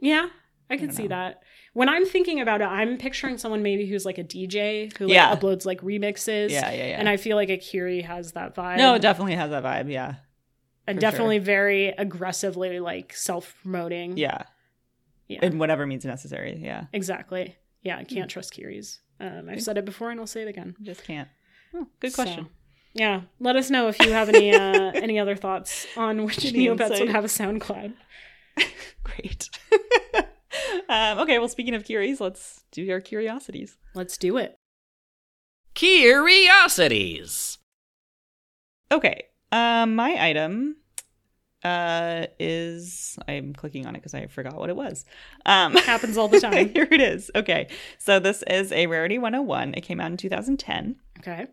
A: Yeah, I
B: don't
A: could see
B: know.
A: that. When I'm thinking about it, I'm picturing someone maybe who's like a DJ who like
B: Yeah.
A: uploads like remixes.
B: Yeah, yeah, yeah.
A: And I feel like Akiri has that vibe.
B: no, it definitely has that vibe. Yeah,
A: and
B: for
A: definitely very aggressively like self promoting.
B: yeah,
A: Yeah.
B: in whatever means necessary. Yeah,
A: exactly. Yeah, I
B: Hmm.
A: can't trust Kiri's. Um, I've said it before and I'll say it again.
B: just can't. Oh, good question.
A: So, yeah, let us know if you have any uh, any other thoughts on which
B: Any
A: Neopets
B: insight?
A: would have a SoundCloud.
B: Great. um, okay, well, speaking of curies, let's do our curiosities.
A: Let's do it.
C: Curiosities.
B: Okay, uh, my item uh, is I'm clicking on it because I forgot what it was. Um,
A: Happens all the time.
B: here it is. Okay, so this is a Rarity 101. It came out in 2010.
A: Okay.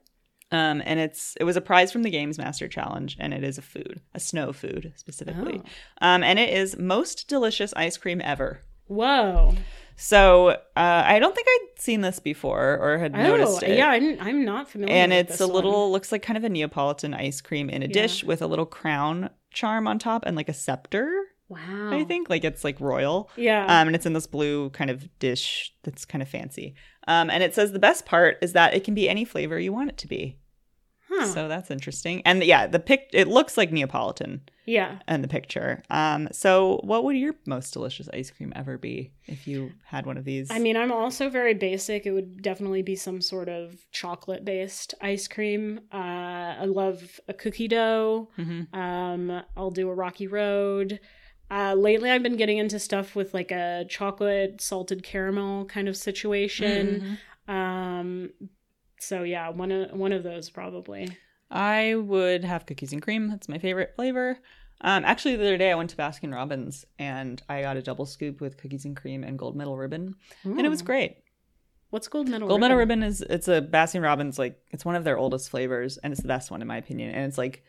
B: Um, and it's it was a prize from the Games Master Challenge, and it is a food, a snow food specifically.
A: Oh.
B: Um, and it is most delicious ice cream ever.
A: Whoa.
B: So uh, I don't think I'd seen this before or had
A: Oh,
B: noticed it.
A: yeah. I'm, I'm not familiar.
B: and
A: with
B: it's
A: this
B: a
A: one.
B: little looks like kind of a Neapolitan ice cream in a
A: Yeah.
B: dish with a little crown charm on top and like a scepter.
A: Wow.
B: I think like it's like royal.
A: Oh. Yeah.
B: Um, and it's in this blue kind of dish that's kind of fancy. Um, and it says the best part is that it can be any flavor you want it to be.
A: huh.
B: So that's interesting. And yeah, the pic it looks like Neapolitan
A: yeah.
B: in the picture. Um, so what would your most delicious ice cream ever be if you had one of these?
A: I mean, I'm also very basic. It would definitely be some sort of chocolate based ice cream. Uh, I love a cookie dough.
B: Mhm.
A: Um, I'll do a rocky road. Uh, lately, I've been getting into stuff with like a chocolate salted caramel kind of situation.
B: Mhm.
A: Um, so yeah, one of one of those probably.
B: I would have cookies and cream. That's my favorite flavor. Um, actually, the other day I went to Baskin Robbins and I got a double scoop with cookies and cream and gold medal ribbon, and it was
A: Ooh. Oh,
B: great.
A: What's gold medal?
B: Gold medal ribbon is it's a Baskin Robbins like it's one of their oldest flavors and it's the best one in my opinion. And it's like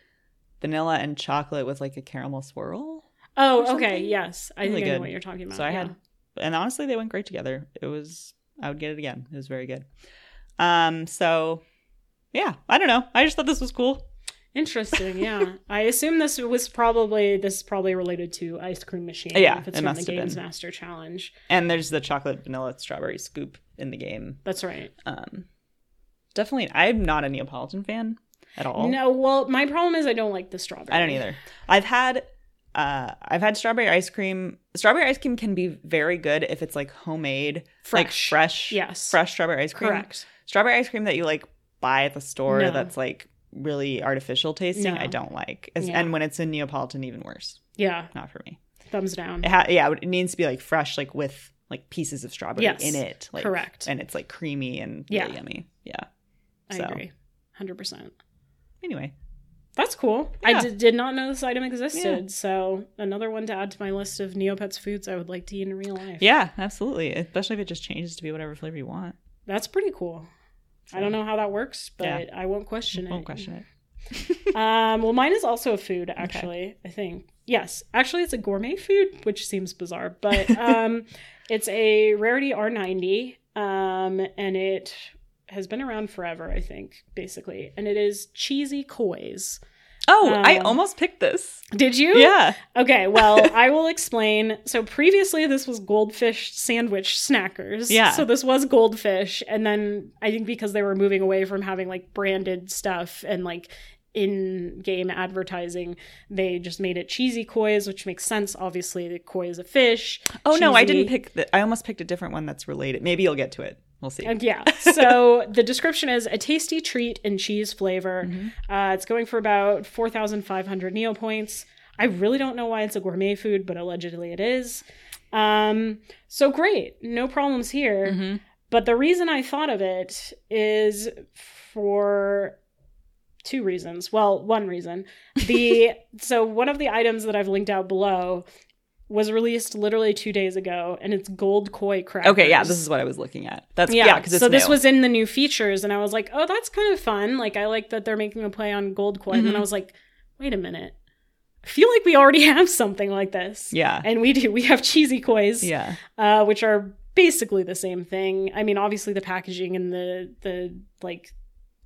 B: vanilla and chocolate with like a caramel swirl. or
A: Oh,
B: something?
A: okay. Yes, I
B: Really
A: think I
B: good.
A: know what you're talking about.
B: So I had, and honestly, they went great together. It was, I would get it again. It was very good. Um, so yeah, I don't know. I just thought this was cool.
A: Interesting, yeah. I assume this was probably this is probably related to ice cream machine.
B: Yeah,
A: if it's
B: it
A: from the
B: must have
A: Games
B: been.
A: Master Challenge.
B: And there's the chocolate vanilla strawberry scoop in the game.
A: That's right.
B: Um, definitely, I'm not a Neapolitan fan at all.
A: No, well, my problem is I don't like the strawberry.
B: I don't either. I've had, uh, I've had strawberry ice cream. Strawberry ice cream can be very good if it's like homemade, like
A: Fresh.
B: fresh,
A: Yes.
B: fresh strawberry ice cream.
A: Correct.
B: strawberry ice cream that you like buy at the store
A: No.
B: that's like really artificial tasting
A: No.
B: i don't like As-
A: Yeah.
B: and when it's in neapolitan even worse
A: Yeah.
B: not for me
A: Thumbs down.
B: it ha- yeah it needs to be like fresh like with like pieces of strawberry
A: Yes.
B: in it like
A: Correct.
B: and it's like creamy and
A: Yeah.
B: really yummy yeah
A: I
B: so.
A: agree. Hundred percent.
B: anyway
A: That's cool.
B: Yeah.
A: I did, did not know this item existed. So another one to add to my list of Neopets foods I would like to eat in real life.
B: yeah absolutely especially if it just changes to be whatever flavor you want
A: That's pretty cool. I don't know how that works, but
B: Yeah.
A: I won't question it.
B: won't question it
A: um, well, mine is also a food, actually. I think yes, actually, it's a gourmet food, which seems bizarre, but um, it's a rarity R90, um, and it has been around forever, I think, basically, and it is cheesy kois.
B: oh i
A: Um,
B: almost picked this
A: Did you?
B: yeah
A: Okay. Well, I will explain. So previously, this was goldfish sandwich snackers.
B: Yeah.
A: So this was goldfish, and then I think because they were moving away from having like branded stuff and like in-game advertising, they just made it cheesy koi's, which makes sense. Obviously, the koi is a fish.
B: oh no i
A: cheesy.
B: didn't pick the i almost picked a different one that's related maybe you'll get to it we'll see
A: Uh, yeah. So the description is a tasty treat in cheese flavor.
B: Mhm.
A: Uh, it's going for about 4,500 Neo points. I really don't know why it's a gourmet food, but allegedly it is. Um, so great. No problems here.
B: Mhm.
A: But the reason I thought of it is for two reasons. Well, one reason. The so one of the items that I've linked out below was released literally two days ago, and it's gold koi crackers.
B: Okay, yeah, this is what I was looking at. That's yeah, because it's
A: so this
B: new.
A: was in the new features, and I was like, oh, that's kind of fun. Like, I like that they're making a play on gold coin. And then
B: Mhm.
A: I was like, wait a minute, I feel like we already have something like this.
B: yeah,
A: And we do. We have cheesy coys,
B: yeah,
A: uh, which are basically the same thing. I mean, obviously the packaging and the the like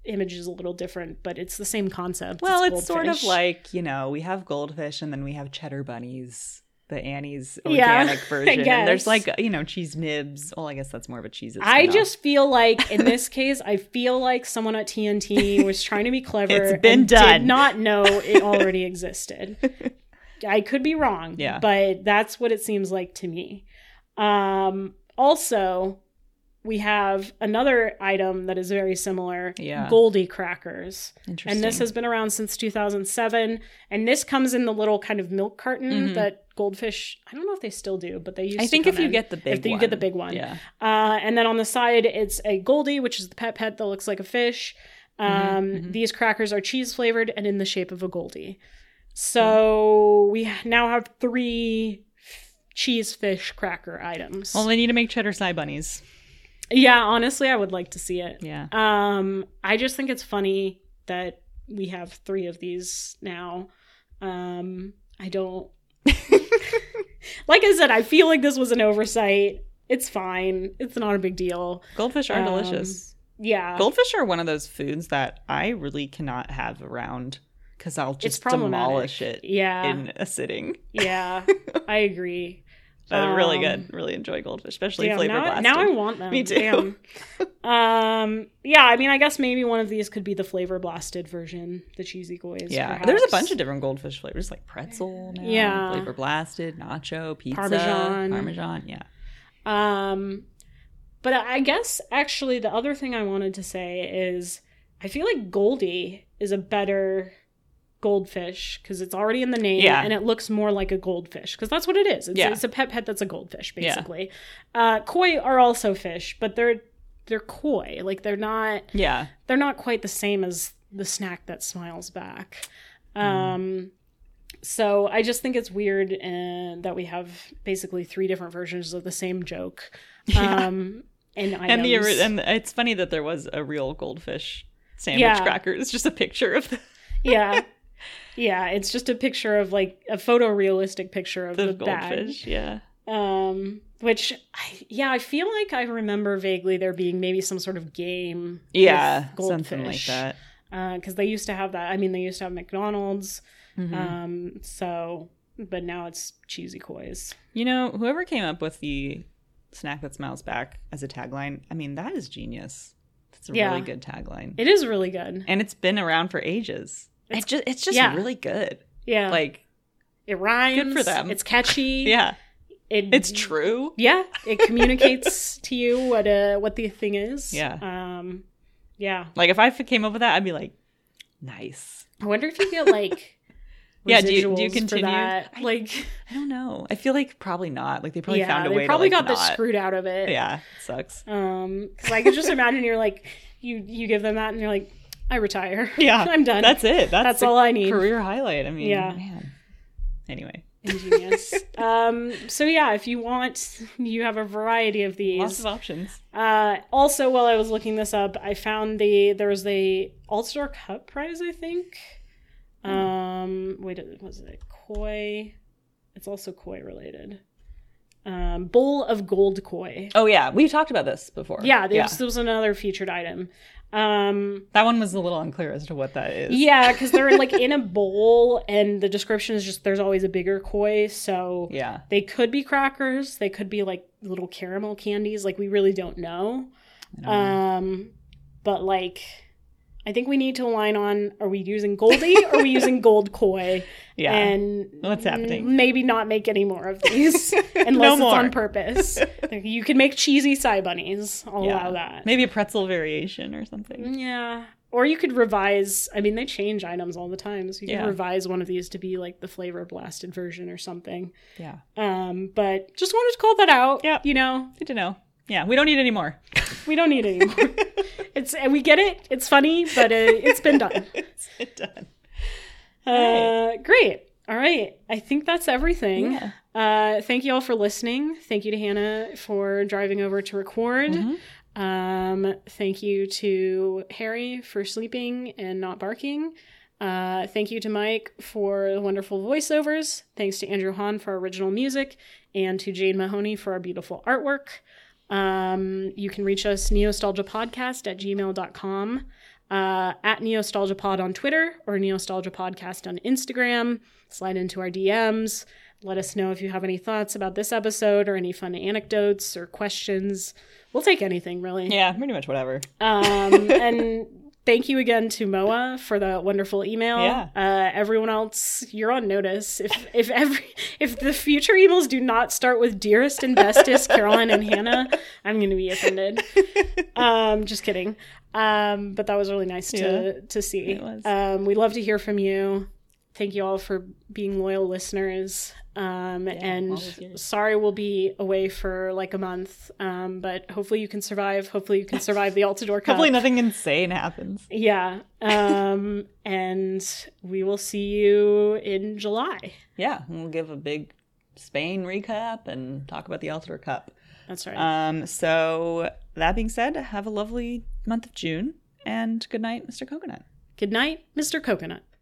A: image is a little different, but it's the same concept.
B: Well, it's, sort of
A: goldfish.
B: like you know we have goldfish and then we have cheddar bunnies, the Annie's
A: Yeah,
B: organic version. And there's
A: guess.
B: like you know cheese nibs. Well, I guess that's more of a cheese.
A: I just feel like in this case, I feel like someone at TNT was trying to be clever.
B: It's been
A: and
B: done.
A: Did not know it already existed. I could be wrong.
B: Yeah.
A: But that's what it seems like to me. Um, also, we have another item that is very similar
B: Yeah.
A: Goldie crackers.
B: Interesting.
A: And this has been around since 2007. And this comes in the little kind of milk carton
B: Mhm.
A: that goldfish, I don't know if they still do, but they used
B: I
A: to
B: think
A: come
B: if you
A: in.
B: get the big
A: you
B: one.
A: get the big one.
B: Yeah.
A: Uh, and then on the side, it's a Goldie, which is the pet pet that looks like a fish. Um,
B: mhm.
A: These crackers are cheese flavored and in the shape of a Goldie. So we now have three cheese fish cracker items.
B: Well, they need to make cheddar side bunnies.
A: yeah, honestly, I would like to see it.
B: Yeah.
A: Um, I just think it's funny that we have three of these now. Um, I don't. like I said, I feel like this was an oversight. It's fine. It's not a big deal.
B: Goldfish are
A: Um, uh,
B: delicious.
A: Yeah.
B: Goldfish are one of those foods that I really cannot have around because I'll
A: It's
B: just
A: problematic.
B: demolish it
A: Yeah.
B: in a sitting.
A: yeah. I agree.
B: But really
A: Um,
B: good. Really enjoy goldfish, especially
A: Damn,
B: flavor
A: now,
B: blasted.
A: now I want them.
B: Me too.
A: Damn. um, yeah, I mean, I guess maybe one of these could be the flavor blasted version, the cheesy goys.
B: yeah, there's a bunch
A: perhaps.
B: of different goldfish flavors like pretzel, now,
A: Yeah.
B: flavor blasted, nacho, pizza,
A: Parmesan.
B: parmesan. Yeah,
A: Um, but I guess actually the other thing I wanted to say is I feel like Goldie is a better goldfish because it's already in the name
B: Yeah.
A: and it looks more like a goldfish because that's what it is. It's,
B: Yeah.
A: it's a pet pet that's a goldfish
B: Yeah.
A: basically. Uh, koi are also fish, but they're they're koi. Like they're not
B: yeah.
A: they're not quite the same as the snack that smiles back. Um, so I just think it's weird and that we have basically three different versions of the same joke.
B: Yeah.
A: Um, and items.
B: and the ori- and it's funny that there was a real goldfish sandwich
A: Yeah.
B: cracker. It's just a picture of the,
A: yeah, yeah, it's just a picture of like a photorealistic picture of
B: the
A: the, bag.
B: goldfish. Yeah,
A: Um, which I, yeah, I feel like I remember vaguely there being maybe some sort of game. with
B: something like
A: goldfish.
B: that.
A: because they used to have that. I mean, they used to have McDonald's.
B: Mhm.
A: Um, so, but now it's cheesy koi's.
B: You know, whoever came up with the snack that smiles back as a tagline, I mean, that is genius. That's a
A: Yeah.
B: really good tagline.
A: It is really good.
B: and it's been around for ages. It's just it's just
A: yeah.
B: really good.
A: Yeah,
B: Like,
A: it rhymes.
B: good for them.
A: It's catchy.
B: yeah,
A: it,
B: it's true.
A: Yeah, it communicates to you what uh what the thing is.
B: Yeah.
A: Um, yeah.
B: Like if I f- came up with that, I'd be like, nice.
A: I wonder if you get like.
B: Yeah, do you- do you
A: residuals for
B: continue?
A: that.
B: I-
A: Like,
B: I don't know. I feel like probably not. Like they probably
A: yeah,
B: found a
A: they
B: way.
A: probably
B: to, like,
A: got this
B: not-
A: screwed out of it.
B: Yeah, it sucks.
A: Um, because I could just imagine you're like, you you give them that and you're like, I retire.
B: Yeah,
A: I'm done.
B: That's it. That's,
A: That's
B: the
A: all I need.
B: Career highlight. I mean,
A: Yeah.
B: man. Anyway,
A: ingenious. um, so yeah, if you want, you have a variety of
B: lots
A: these.
B: of options.
A: Uh, also, while I was looking this up, I found the there was the All Star Cup prize. I think.
B: Hmm.
A: Um, wait, was it koi? It's also koi related. Um, bowl of gold koi.
B: Oh yeah, we talked about this before.
A: Yeah, there was, there was another featured item. Um,
B: That one was a little unclear as to what that is.
A: Yeah, because they're like in a bowl, and the description is just there's always a bigger koi. So
B: Yeah.
A: they could be crackers, they could be like little caramel candies. Like we really don't know.
B: I don't know.
A: Um, but like, I think we need to align on: are we using Goldie? or are we using Gold Koi?
B: yeah.
A: And
B: What's happening?
A: Maybe not make any more of these unless it's
B: more.
A: on purpose. Like, you can make cheesy side bunnies. I'll
B: Yeah.
A: allow that.
B: Maybe a pretzel variation or something.
A: Yeah. Or you could revise. I mean, they change items all the time, so you
B: Yeah.
A: could revise one of these to be like the flavor blasted version or something.
B: Yeah.
A: Um, but just wanted to call that out.
B: Yeah.
A: You know,
B: Good to know. Yeah, we don't need any more.
A: we don't need any more. it's we get it. It's funny, but uh, it's been done.
B: it's done.
A: Uh, great. All right. I think that's everything.
B: Yeah.
A: Uh, thank you all for listening. Thank you to Hannah for driving over to record.
B: Mhm.
A: Um, thank you to Harry for sleeping and not barking. Uh, thank you to Mike for the wonderful voiceovers. Thanks to Andrew Hahn for our original music and to Jade Mahoney for our beautiful artwork. Um, you can reach us neostalgiapodcast at gmail.com, uh, at neostalgiapod on Twitter or neostalgiapodcast on Instagram. Slide into our DMs. Let us know if you have any thoughts about this episode or any fun anecdotes or questions. We'll take anything, really.
B: Uh-huh. Yeah, pretty much whatever.
A: Um, and thank you again to Moa for the wonderful email.
B: Yeah.
A: Uh, everyone else, you're on notice. If if every if the future emails do not start with dearest and bestest Caroline and Hannah, I'm going to be offended. Um, just kidding. Um, but that was really nice to
B: Yeah.
A: to see.
B: It was.
A: Um, we love to hear from you. Thank you all for being loyal listeners. Um,
B: always good.
A: and sorry we'll be away for like a month, um, but hopefully you can survive. Hopefully you can survive the Altador Cup.
B: Hopefully, nothing insane happens.
A: Yeah. Um, and we will see you in July.
B: Yeah, and we'll give a big Spain recap and talk about the Altador Cup.
A: That's right.
B: Um, so that being said, have a lovely month of June and good night, Mr. Coconut.
A: Good night, Mr. Coconut.